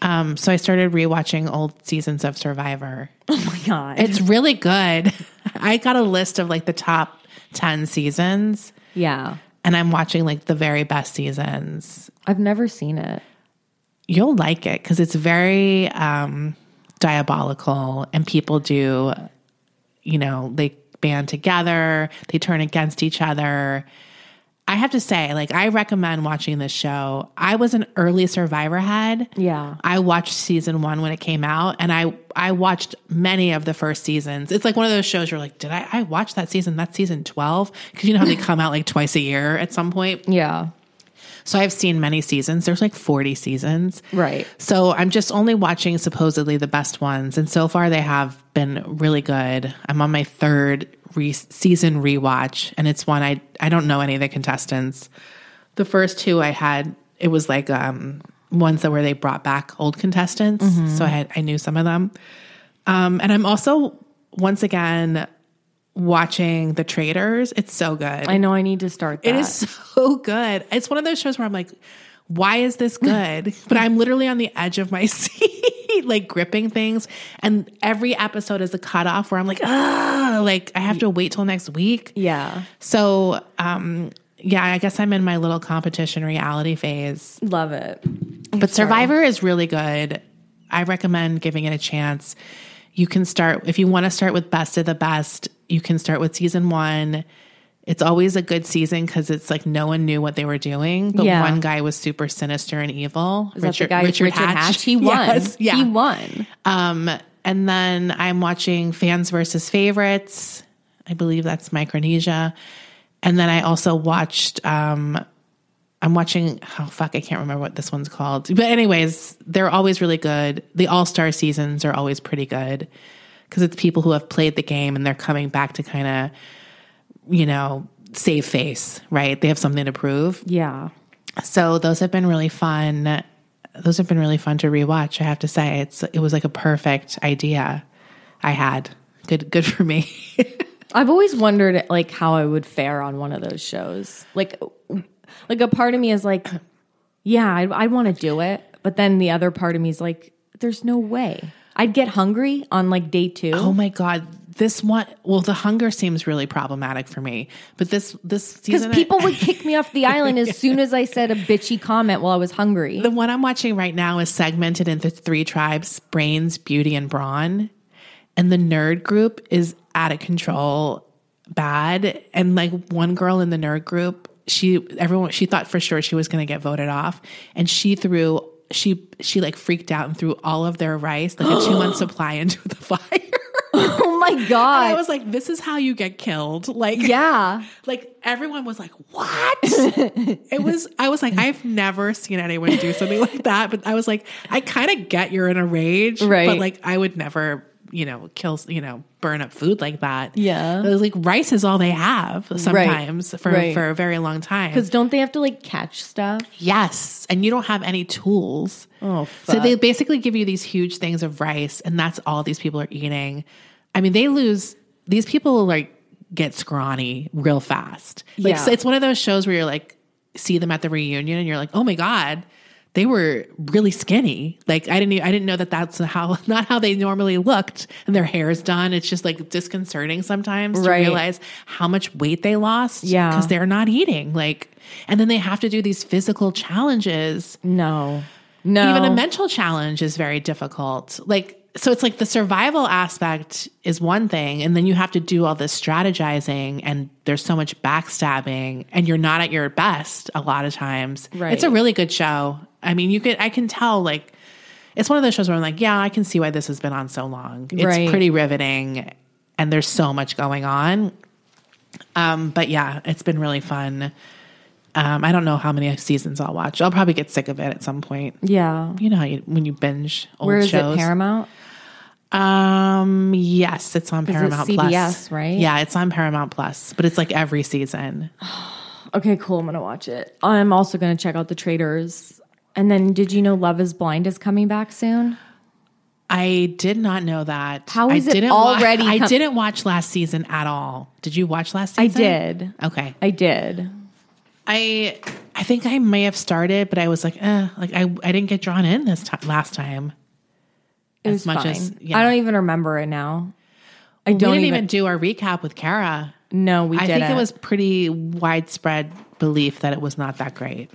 C: Um, so I started rewatching old seasons of Survivor.
B: Oh my god.
C: It's really good. I got a list of like the top ten seasons,
B: yeah.
C: and I'm watching like the very best seasons.
B: I've never seen it.
C: You'll like it because it's very um, diabolical, and people do you know, they band together, they turn against each other. I have to say, like, I recommend watching this show. I was an early Survivor head.
B: Yeah.
C: I watched season one when it came out, and I I watched many of the first seasons. It's like one of those shows you're like, did I, I watch that season? That's season twelve because you know how they come out like twice a year at some point.
B: Yeah.
C: So I've seen many seasons. There's like forty seasons,
B: Right.
C: so I'm just only watching supposedly the best ones, and so far they have been really good. I'm on my third re- season rewatch, and it's one I I don't know any of the contestants. The first two I had, it was like um, ones that where they brought back old contestants, so I had I knew some of them. Um, and I'm also once again watching The Traders. It's so good.
B: I know I need to start that.
C: It is so good. It's one of those shows where I'm like, why is this good? but I'm literally on the edge of my seat, like gripping things. And every episode is a cutoff where I'm like, ah, like I have to wait till next week.
B: Yeah.
C: So, um, yeah, I guess I'm in my little competition reality phase.
B: Love it.
C: But Survivor is really good. I recommend giving it a chance. You can start, if you want to start with best of the best, you can start with season one. It's always a good season because it's like no one knew what they were doing, but
B: Yeah.
C: one guy was super sinister and evil.
B: Is that the guy Richard, Hatch? He won.
C: Yes, yeah.
B: He won.
C: Um, and then I'm watching Fans versus Favorites. I believe that's Micronesia. And then I also watched. Um, I'm watching. Oh fuck, I can't remember what this one's called. But anyways, they're always really good. The All Star seasons are always pretty good because it's people who have played the game and they're coming back to kind of, you know, save face. Right? They have something to prove.
B: Yeah.
C: So those have been really fun. Those have been really fun to rewatch. I have to say, it's it was like a perfect idea I had. Good, good for me.
B: I've always wondered like how I would fare on one of those shows. Like like a part of me is like, yeah, I, I want to do it, but then the other part of me is like, there's no way. I'd get hungry on like day two.
C: oh my god, this one. Well, the hunger seems really problematic for me, but this this
B: because
C: season, I-
B: people would kick me off the island as soon as I said a bitchy comment while I was hungry.
C: the one I'm watching right now is segmented into three tribes: brains, beauty, and brawn. And the nerd group is out of control, bad. And like one girl in the nerd group, she everyone she thought for sure she was going to get voted off, and she threw she she like freaked out and threw all of their rice, like a two month supply, into the fire.
B: oh my
C: I
B: god!
C: was like, this is how you get killed. Like
B: yeah,
C: like everyone was like, "What?" it was. I was like, I've never seen anyone do something like that. But I was like, I kind of get you're in a rage,
B: Right.
C: But like, I would never, you know, kill, you know, burn up food like that.
B: Yeah.
C: It was like rice is all they have sometimes for
B: Right.
C: for a very long time.
B: because don't they have to like catch stuff?
C: Yes, and you don't have any tools.
B: Oh,
C: so they basically give you these huge things of rice, and that's all these people are eating. I mean, they lose. These people like get scrawny real fast. Like
B: Yeah.
C: so it's one of those shows where you're like, see them at the reunion, and you're like, oh my god, they were really skinny. Like I didn't, e- I didn't know that that's how not how they normally looked, and their hair is done. It's just like disconcerting sometimes
B: Right.
C: to realize how much weight they lost.
B: Yeah.
C: because they're not eating. Like, and then they have to do these physical challenges.
B: No, no.
C: Even a mental challenge is very difficult. Like, so it's like the survival aspect is one thing, and then you have to do all this strategizing, and there's so much backstabbing, and you're not at your best a lot of times.
B: Right.
C: It's a really good show. I mean, you could, I can tell, like, it's one of those shows where I'm like, yeah, I can see why this has been on so long. It's
B: Right.
C: pretty riveting, and there's so much going on. Um, but yeah, it's been really fun. Um, I don't know how many seasons I'll watch. I'll probably get sick of it at some point.
B: yeah.
C: You know how you, when you binge old
B: Where is
C: shows.
B: it? Paramount.
C: Um, yes, it's on Paramount Plus.
B: CBS, right?
C: Yeah, it's on Paramount Plus, but it's like every season.
B: Okay, cool. I'm gonna watch it. I'm also gonna check out the Traders. And then, did you know Love Is Blind is coming back soon?
C: I did not know that.
B: How is
C: I
B: it
C: didn't
B: already
C: Watch, I
B: com-
C: didn't watch last season at all. Did you watch last season?
B: I did.
C: Okay.
B: I did.
C: I I think I may have started, but I was like, eh, like I I didn't get drawn in this time last time.
B: It
C: As
B: was
C: much
B: fine.
C: as- yeah.
B: I don't even remember it now. I
C: We
B: don't
C: didn't
B: even,
C: even do our recap with Kara.
B: No, we
C: I
B: didn't.
C: think it was pretty widespread belief that it was not that great.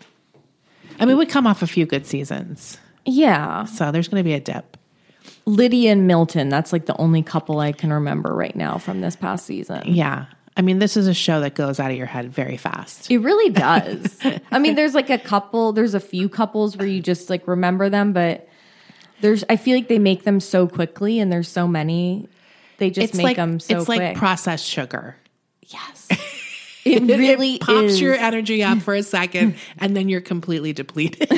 C: I mean, we come off a few good seasons,
B: yeah.
C: so there's going to be a dip.
B: Lydia and Milton. That's like the only couple I can remember right now from this past season.
C: Yeah. I mean, this is a show that goes out of your head very fast.
B: It really does. I mean, there's like a couple. There's a few couples where you just like remember them, but there's. I feel like they make them so quickly, and there's so many. They just
C: It's
B: make
C: like
B: them so
C: it's
B: quick.
C: like processed sugar.
B: it really
C: it pops
B: is.
C: your energy up for a second, and then you're completely depleted.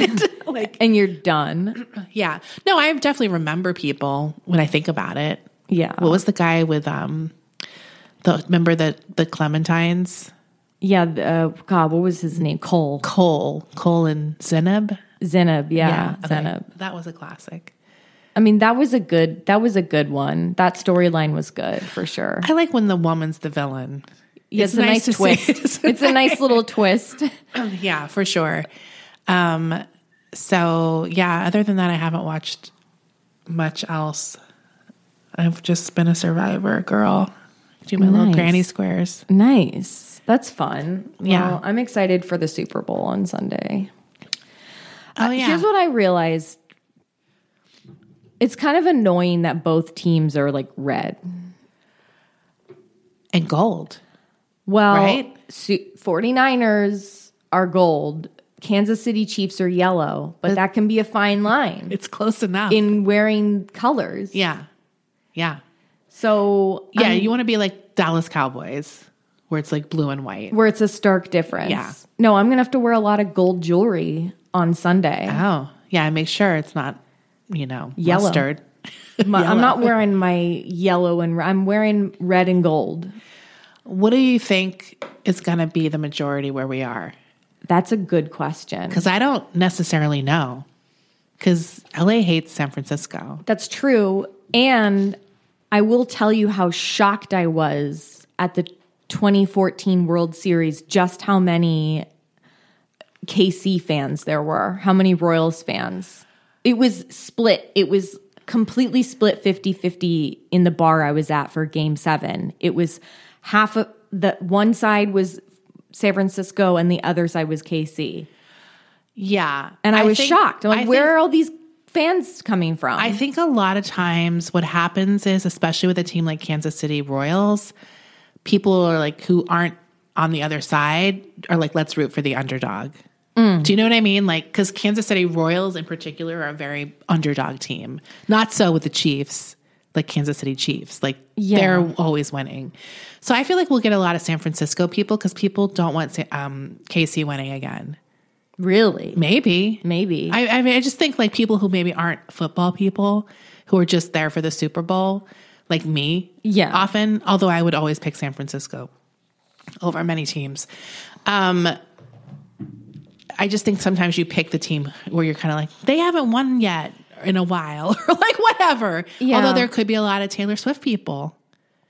C: like,
B: and you're done.
C: yeah. No, I definitely remember people when I think about it.
B: Yeah.
C: What was the guy with um the remember the the clementines?
B: Yeah, the- uh, God, what was his name? Cole.
C: Cole, Cole and Zeneb.
B: Zeneb, yeah,
C: okay.
B: Zeneb.
C: That was a classic.
B: I mean, that was a good that was a good one. That storyline was good for sure.
C: I like when the woman's the villain.
B: Yeah, it's, a nice,
C: to see-
B: twist. it's a nice little twist.
C: yeah, for sure. Um, so yeah, other than that, I haven't watched much else. I've just been a survivor girl. Do my little
B: Nice.
C: granny squares.
B: Nice. That's fun.
C: Yeah.
B: Well, I'm excited for the Super Bowl on Sunday.
C: Oh yeah.
B: Uh, Here's what I realized. It's kind of annoying that both teams are like red.
C: and gold.
B: Well,
C: Right?
B: su- 49ers are gold. Kansas City Chiefs are yellow, but that can be a fine line
C: It's close enough.
B: in wearing colors.
C: yeah. Yeah.
B: So
C: Yeah. you want to be like Dallas Cowboys, where it's like blue and white.
B: where it's a stark difference.
C: Yeah.
B: No, I'm gonna have to wear a lot of gold jewelry on Sunday.
C: Oh. Yeah. Make sure it's not, you know,
B: Yellow.
C: mustard.
B: My- I'm not wearing my yellow and re- I'm wearing red and gold.
C: What do you think is going to be the majority where we are?
B: That's a good question.
C: Because I don't necessarily know. Because LA hates San Francisco.
B: That's true. And I will tell you how shocked I was at the 2014 World Series, just how many KC fans there were, how many Royals fans. It was split. It was completely split 50 50 in the bar I was at for game seven. It was half of the one side was San Francisco and the other side was KC.
C: Yeah.
B: And I, was
C: think-
B: shocked. I'm like,
C: I think-
B: where are all these fans coming from?
C: I think a lot of times what happens is, especially with a team like Kansas City Royals, people are like who aren't on the other side are like, let's root for the underdog. Do you know what I mean? Like, because Kansas City Royals in particular are a very underdog team. Not so with the Chiefs, like Kansas City Chiefs. Like, they're always winning. So I feel like we'll get a lot of San Francisco people because people don't want Sa- um, KC winning again.
B: really?
C: Maybe.
B: Maybe.
C: I, I mean, I just think like people who maybe aren't football people who are just there for the Super Bowl, like me,
B: Yeah.
C: often. Although I would always pick San Francisco over many teams. Um, I just think sometimes you pick the team where you're kind of like they haven't won yet in a while or like whatever.
B: Yeah.
C: Although there could be a lot of Taylor Swift people.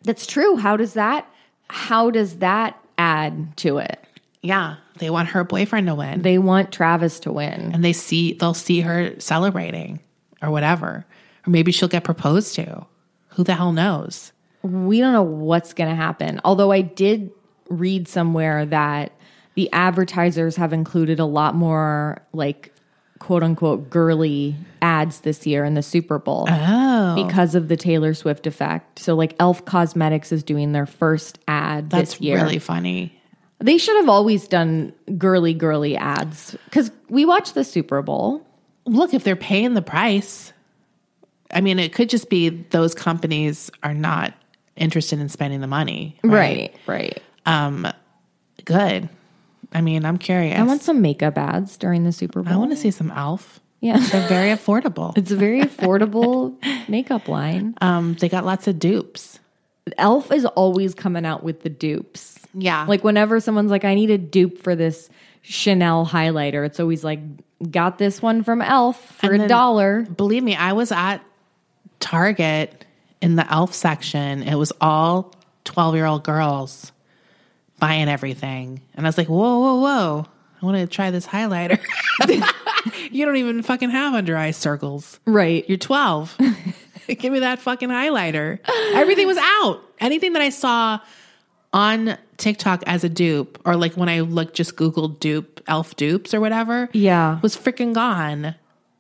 B: That's true. How does that how does that add to it?
C: Yeah, they want her boyfriend to win,
B: They want Travis to win.
C: and they see they'll see her celebrating or whatever, or maybe she'll get proposed to. Who the hell knows?
B: We don't know what's going to happen. Although I did read somewhere that the advertisers have included a lot more like quote unquote girly ads this year in the Super Bowl.
C: Oh,
B: Because of the Taylor Swift effect. So, like, Elf Cosmetics is doing their first ad
C: that's
B: this year.
C: really funny.
B: They should have always done girly, girly ads because we watch the Super Bowl.
C: Look, if they're paying the price, I mean, it could just be those companies are not interested in spending the money. Um,
B: right. right.
C: Good. I mean, I'm curious.
B: I want some makeup ads during the Super Bowl.
C: to see some Elf.
B: yeah.
C: They're very affordable.
B: It's a very affordable makeup line.
C: Um, they got lots of dupes.
B: Elf is always coming out with the dupes.
C: Yeah, like
B: Like whenever someone's like, I need a dupe for this Chanel highlighter, it's always like, got this one from Elf for a dollar.
C: believe me, I was at Target in the Elf section. It was all twelve year old girls buying everything, and I was like, whoa, whoa, whoa. I want to try this highlighter. you don't even fucking have under eye circles.
B: Right.
C: You're 12. Give me that fucking highlighter. Everything was out. Anything that I saw on TikTok as a dupe, or like when I like just Googled dupe, elf dupes or whatever,
B: Yeah.
C: was freaking gone.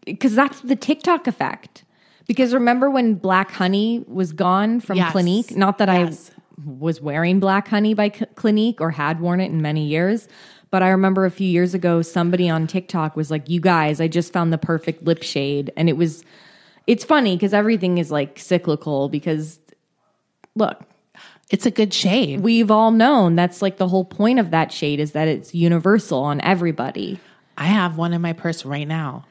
B: Because that's the TikTok effect. Because remember when Black Honey was gone from
C: Yes.
B: Clinique? Not that
C: Yes.
B: I was wearing Black Honey by Cl- Clinique or had worn it in many years. But I remember a few years ago, somebody on TikTok was like, You guys, I just found the perfect lip shade. And it was, it's funny because everything is like cyclical because look,
C: It's a good shade.
B: we've all known that's like the whole point of that shade is that it's universal on everybody.
C: I have one in my purse right now.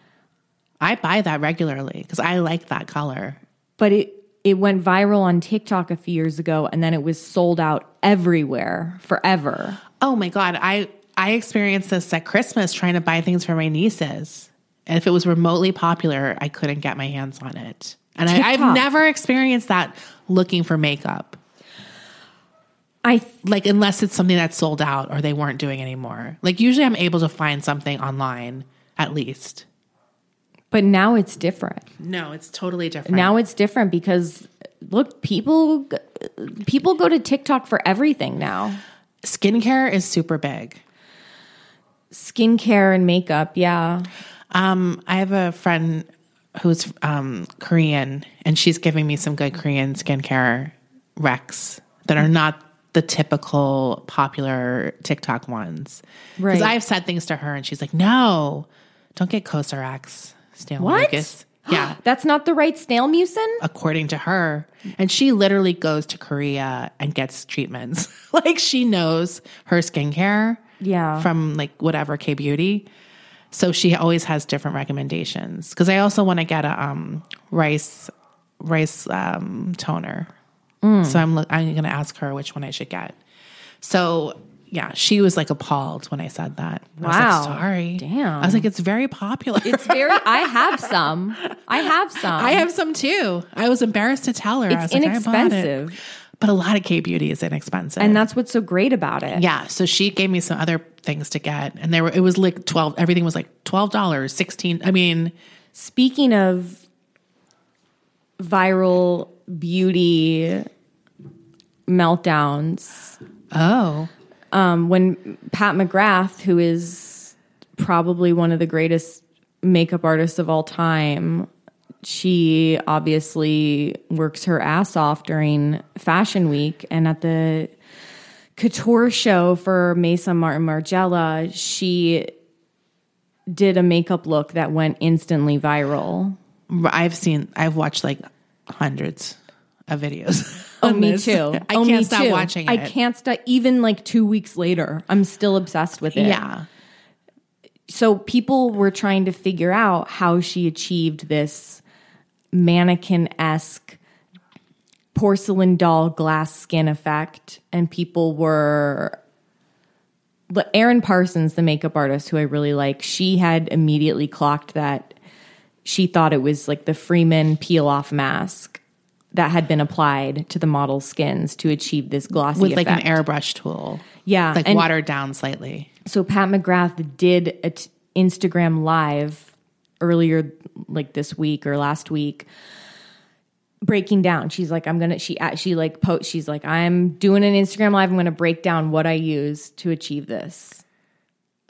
C: I buy that regularly because I like that color.
B: But it, It went viral on TikTok a few years ago and then it was sold out everywhere forever.
C: Oh my god, I I experienced this at Christmas trying to buy things for my nieces. And if it was remotely popular, I couldn't get my hands on it. And I, I've
B: TikTok.
C: never experienced that looking for makeup.
B: I th-
C: Like unless it's something that's sold out or they weren't doing anymore. Like usually I'm able to find something online at least.
B: but now it's different.
C: No, it's totally different.
B: Now it's different because look, people g- people go to TikTok for everything now.
C: skincare is super big.
B: Skincare and makeup, yeah.
C: Um, I have a friend who's um, Korean, and she's giving me some good Korean skincare recs that are not the typical popular TikTok ones. Because
B: Right.
C: I've said things to her, and she's like, "No, don't get Cosrx, stay on
B: What?
C: Lucas." Yeah, Uh,
B: That's not the right snail mucin?
C: according to her, and she literally goes to Korea and gets treatments. like she knows her skincare
B: Yeah.
C: from like whatever K Beauty. So she always has different recommendations because I also want to get a um, rice rice um, toner.
B: Mm.
C: So I'm lo- I'm going to ask her which one I should get. So yeah, she was like appalled when I said that. I was
B: Wow.
C: like, sorry.
B: Damn.
C: I was like, it's very popular.
B: It's very I have some. I have some.
C: I have some too. I was embarrassed to tell her. I
B: It's
C: was like, I bought it.
B: inexpensive.
C: but a lot of K beauty is inexpensive.
B: and that's what's so great about it.
C: yeah, so she gave me some other things to get, and there were it was like twelve. Everything was like twelve dollars, sixteen. I mean,
B: Speaking of viral beauty meltdowns,
C: oh,
B: um, when Pat McGrath, who is probably one of the greatest makeup artists of all time, she obviously works her ass off during Fashion Week and at the couture show for Mesa Martin Margiela, she did a makeup look that went instantly viral.
C: I've seen, I've watched like hundreds of videos.
B: Oh,
C: on
B: me
C: this.
B: too.
C: I
B: oh,
C: can't
B: me
C: stop
B: too.
C: watching it.
B: I can't stop. Even like two weeks later, I'm still obsessed with it.
C: Yeah,
B: so people were trying to figure out how she achieved this mannequin esque porcelain doll glass skin effect, and people were. But Erin Parsons, the makeup artist who I really like, she had immediately clocked that she thought it was like the Freeman peel off mask that had been applied to the model's skins to achieve this glossy
C: with like
B: effect.
C: an airbrush tool.
B: Yeah,
C: like
B: and-
C: watered down slightly.
B: so Pat McGrath did an Instagram live earlier, like this week or last week, breaking down. She's like, I'm gonna. She uh, she like post. She's like, I'm doing an Instagram live. I'm gonna break down what I use to achieve this.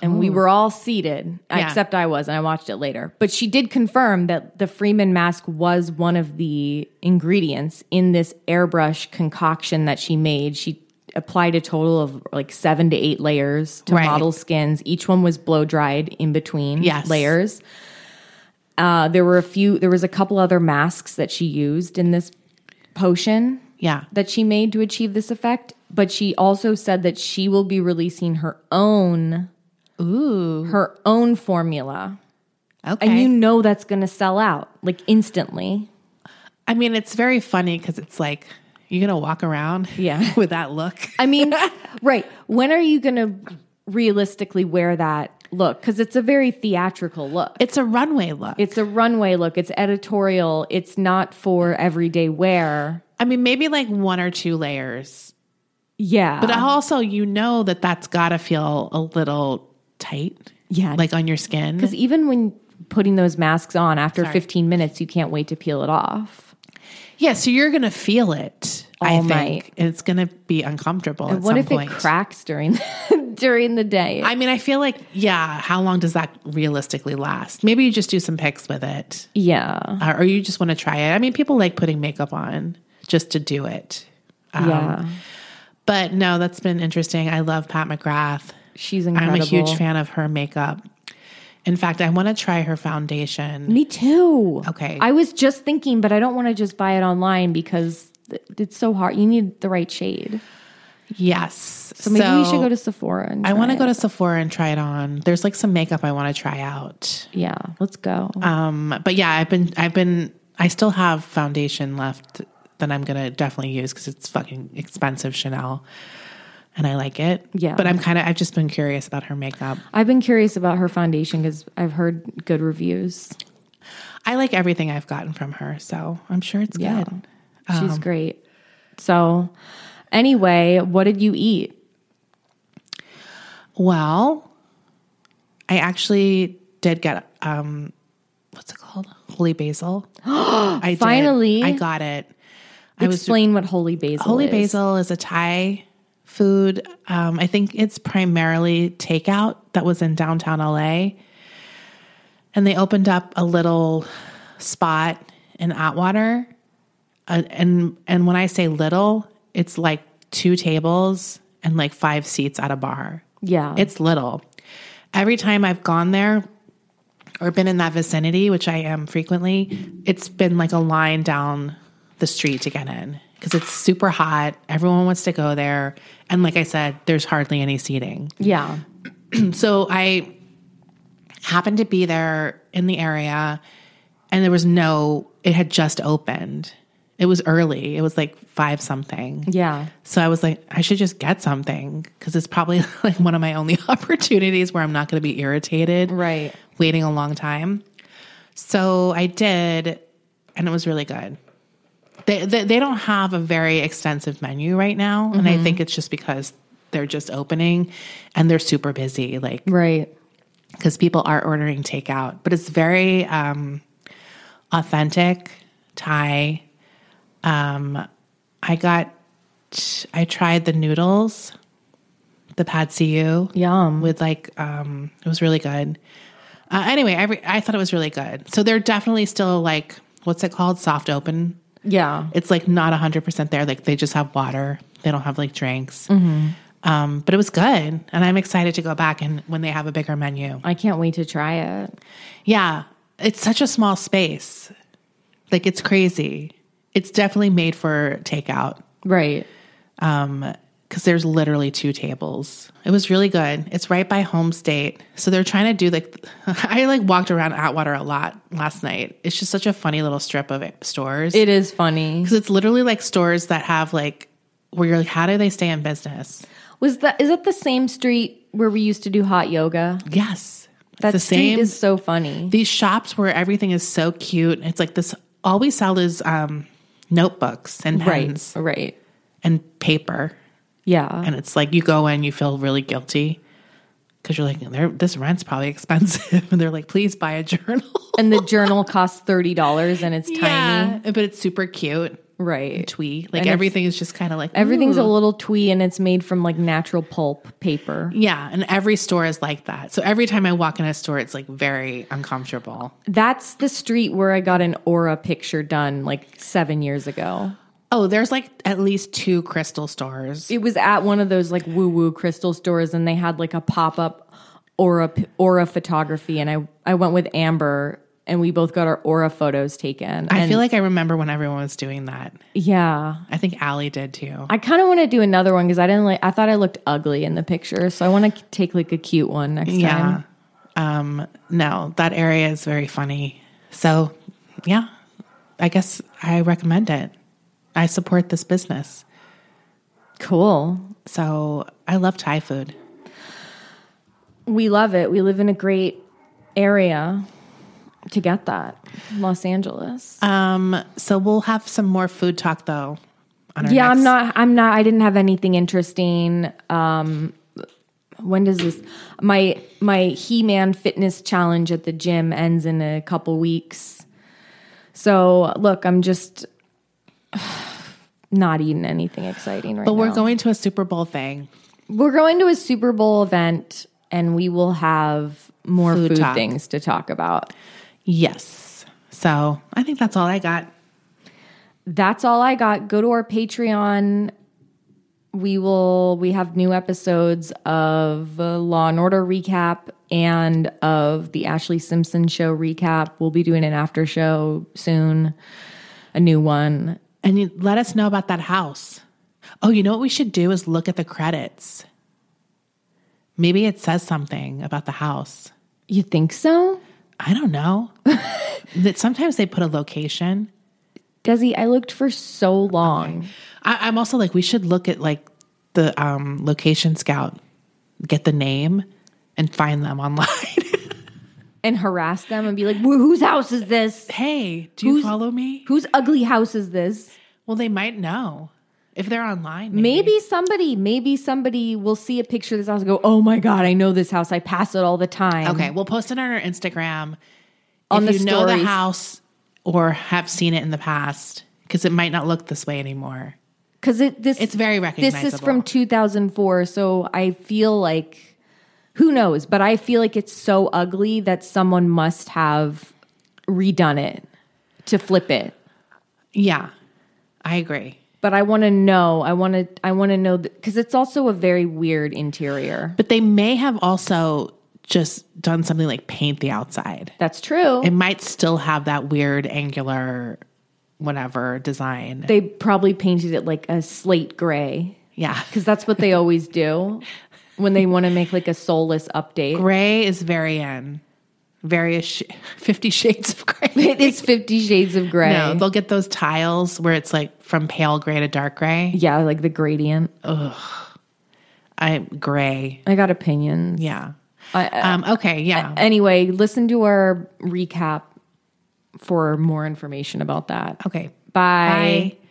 B: And we were all seated,
C: Oh. Yeah.
B: except I was, and I watched it later. But she did confirm that the Freeman mask was one of the ingredients in this airbrush concoction that she made. She applied a total of like seven to eight layers to
C: Right.
B: model skins. Each one was blow dried in between
C: Yes.
B: layers. Uh, there were a few. There was a couple other masks that she used in this potion
C: Yeah,
B: that she made to achieve this effect. But she also said that she will be releasing her own, ooh, her own formula,
C: okay.
B: and you know that's going to sell out like instantly.
C: I mean, it's very funny because it's like you're gonna walk around,
B: Yeah.
C: with that look.
B: I mean, right? When are you going to realistically wear that look? Because it's a very theatrical look.
C: It's a runway look.
B: It's a runway look. It's editorial. It's not for everyday wear.
C: I mean, maybe like one or two layers,
B: Yeah,
C: but uh, also you know that that's gotta feel a little tight,
B: yeah,
C: like on your skin.
B: Because even when putting those masks on after 15 minutes, you can't wait to peel it off.
C: Yeah, so you're gonna feel it. I
B: All
C: think
B: night.
C: it's gonna be uncomfortable. at
B: Oh What
C: some
B: if
C: point.
B: it cracks during during the day?
C: I mean, I feel like yeah. How long does that realistically last? Maybe you just do some pics with it, uh,
B: yeah,
C: or, or you just want to try it. I mean, people like putting makeup on just to do it. Um,
B: yeah.
C: But no, that's been interesting. I love Pat McGrath.
B: She's incredible.
C: I'm a huge fan of her makeup. In fact, I want to try her foundation.
B: Me too.
C: Okay.
B: I was just thinking, but I don't want to just buy it online because th- it's so hard. You need the right shade.
C: Yes.
B: So maybe we should go to Sephora. And
C: I want to
B: try
C: go
B: it.
C: to Sephora and try it on. There's like some makeup I want to try out.
B: Yeah, let's go.
C: Uh, Um, but yeah, I've been, I've been, I still have foundation left that I'm gonna definitely use because it's fucking expensive Chanel, and I like it.
B: Yeah.
C: but I'm kind of I've just been curious about her makeup.
B: I've been curious about her foundation because I've heard good reviews.
C: I like everything I've gotten from her, so I'm sure it's
B: Yeah.
C: good.
B: She's great. So, anyway, what did you eat?
C: Well, I actually did get um, what's it called? Holy basil. I did.
B: Finally.
C: I got it. I was
B: Explain what holy basil
C: Holy
B: is.
C: basil is a Thai food. Um, I think it's primarily takeout that was in downtown LA. And they opened up a little spot in Atwater. Uh, and and when I say little, it's like two tables and like five seats at a bar.
B: Yeah.
C: It's little. Every time I've gone there or been in that vicinity, which I am frequently, it's been like a line down the street to get in because it's super hot. Everyone wants to go there. And like I said, there's hardly any seating.
B: yeah.
C: So I happened to be there in the area and there was no, it had just opened. It was early. It was like five something.
B: Yeah.
C: So I was like, I should just get something because it's probably like one of my only opportunities where I'm not going to be irritated.
B: Right.
C: Waiting a long time. So I did, and it was really good. They, they, they don't have a very extensive menu right now. And I think it's just because they're just opening and they're super busy. Like,
B: Right.
C: because people are ordering takeout, but it's very um, authentic Thai. Um, I got, I tried the noodles, the pad see ew
B: Yum.
C: with like, um, it was really good. Uh, anyway, I, re- I thought it was really good. So they're definitely still like, what's it called? Soft open.
B: Yeah.
C: It's like not 100% there. Like they just have water, they don't have like drinks. Um, but it was good. And I'm excited to go back and when they have a bigger menu.
B: I can't wait to try it.
C: Yeah, it's such a small space. Like it's crazy. It's definitely made for takeout
B: Right.
C: because there's literally two tables. It was really good. It's right by home state. So they're trying to do like, I like walked around Atwater a lot last night. It's just such a funny little strip of stores.
B: It is funny.
C: Because it's literally like stores that have like, where you're like, how do they stay in business?
B: Was that is that the same street where we used to do hot yoga?
C: Yes. It's
B: That
C: the
B: street
C: same.
B: is so funny.
C: these shops where everything is so cute. It's like this, all we sell is um, notebooks and pens.
B: Right. Right.
C: and paper.
B: Yeah.
C: And it's like you go in, you feel really guilty because you're like, "They're- this rent's probably expensive. and they're like, please buy a journal.
B: And the journal costs thirty dollars and it's tiny.
C: Yeah, but it's super cute,
B: Right.
C: twee.
B: And
C: Like
B: it's-
C: everything is just kind of like
B: Everything's a
C: ooh.
B: little twee and it's made from like natural pulp paper.
C: Yeah, and every store is like that. So every time I walk in a store, it's like very uncomfortable.
B: That's the street where I got an aura picture done like seven years ago.
C: Oh, there's like at least two crystal stores.
B: It was at one of those like woo woo crystal stores, and they had like a pop up aura p- aura photography, and I I went with Amber. And we both got our aura photos taken.
C: I
B: And
C: feel like I remember when everyone was doing that.
B: yeah,
C: I think Allie did too.
B: I kind of want to do another one because I didn't like. I thought I looked ugly in the picture, so I want to take like a cute one next
C: Yeah.
B: time.
C: Um, no, that area is very funny. So, yeah, I guess I recommend it. I support this business.
B: Cool.
C: So, I love Thai food.
B: We love it. We live in a great area to get that. Los Angeles.
C: Um, so, we'll have some more food talk though. On our
B: yeah, I'm
C: next-
B: not. I'm not. I didn't have anything interesting. Um, when does this? My my He Man fitness challenge at the gym ends in a couple weeks. So look, I'm just not eating anything exciting right
C: But we're
B: now.
C: going to a Super Bowl thing.
B: we're going to a Super Bowl event, and we will have more
C: Food
B: food,
C: talk.
B: things to talk about.
C: Yes. So, I think that's all I got.
B: that's all I got. Go to our Patreon. We will we have new episodes of uh, Law and Order recap and of the Ashley Simpson show recap. We'll be doing an after show soon, a new one.
C: And you let us know about that house. Oh, you know what we should do is look at the credits. Maybe it says something about the house.
B: You think so?
C: I don't know. that sometimes they put a location.
B: Desi, I looked for so long.
C: I, I'm also like, we should look at like the um, location scout, get the name, and find them online.
B: and harass them and be like, "Wh- whose house is this?
C: hey, do you
B: Who's-
C: follow me?
B: Whose ugly house is this?
C: Well, they might know if they're online.
B: Maybe somebody, maybe somebody will see a picture of this house and go, oh my God, I know this house. I pass it all the time.
C: Okay, we'll post it on our Instagram.
B: On
C: if
B: the
C: you know Mm-hmm. the
B: stories.
C: house or have seen it in the past, because it might not look this way anymore.
B: Because it, this,
C: It's very
B: this
C: recognizable.
B: is from 2004. So I feel like, who knows, but I feel like it's so ugly that someone must have redone it to flip it.
C: Yeah, I agree.
B: But I want to know. I want to. I want to know because it's also a very weird interior.
C: But they may have also just done something like paint the outside.
B: That's true.
C: It might still have that weird angular, whatever design.
B: they probably painted it like a slate gray
C: Yeah.
B: because that's what they always do when they want to make like a soulless update.
C: Gray is very in. Various sh- 50 shades of gray.
B: It is Fifty Shades of Gray.
C: No, they'll get those tiles where it's like from pale gray to dark gray.
B: yeah, like the gradient.
C: I'm gray.
B: I got opinions.
C: Yeah.
B: Uh,
C: um, okay. Yeah.
B: Anyway, listen to our recap for more information about that.
C: okay.
B: Bye.
C: Bye.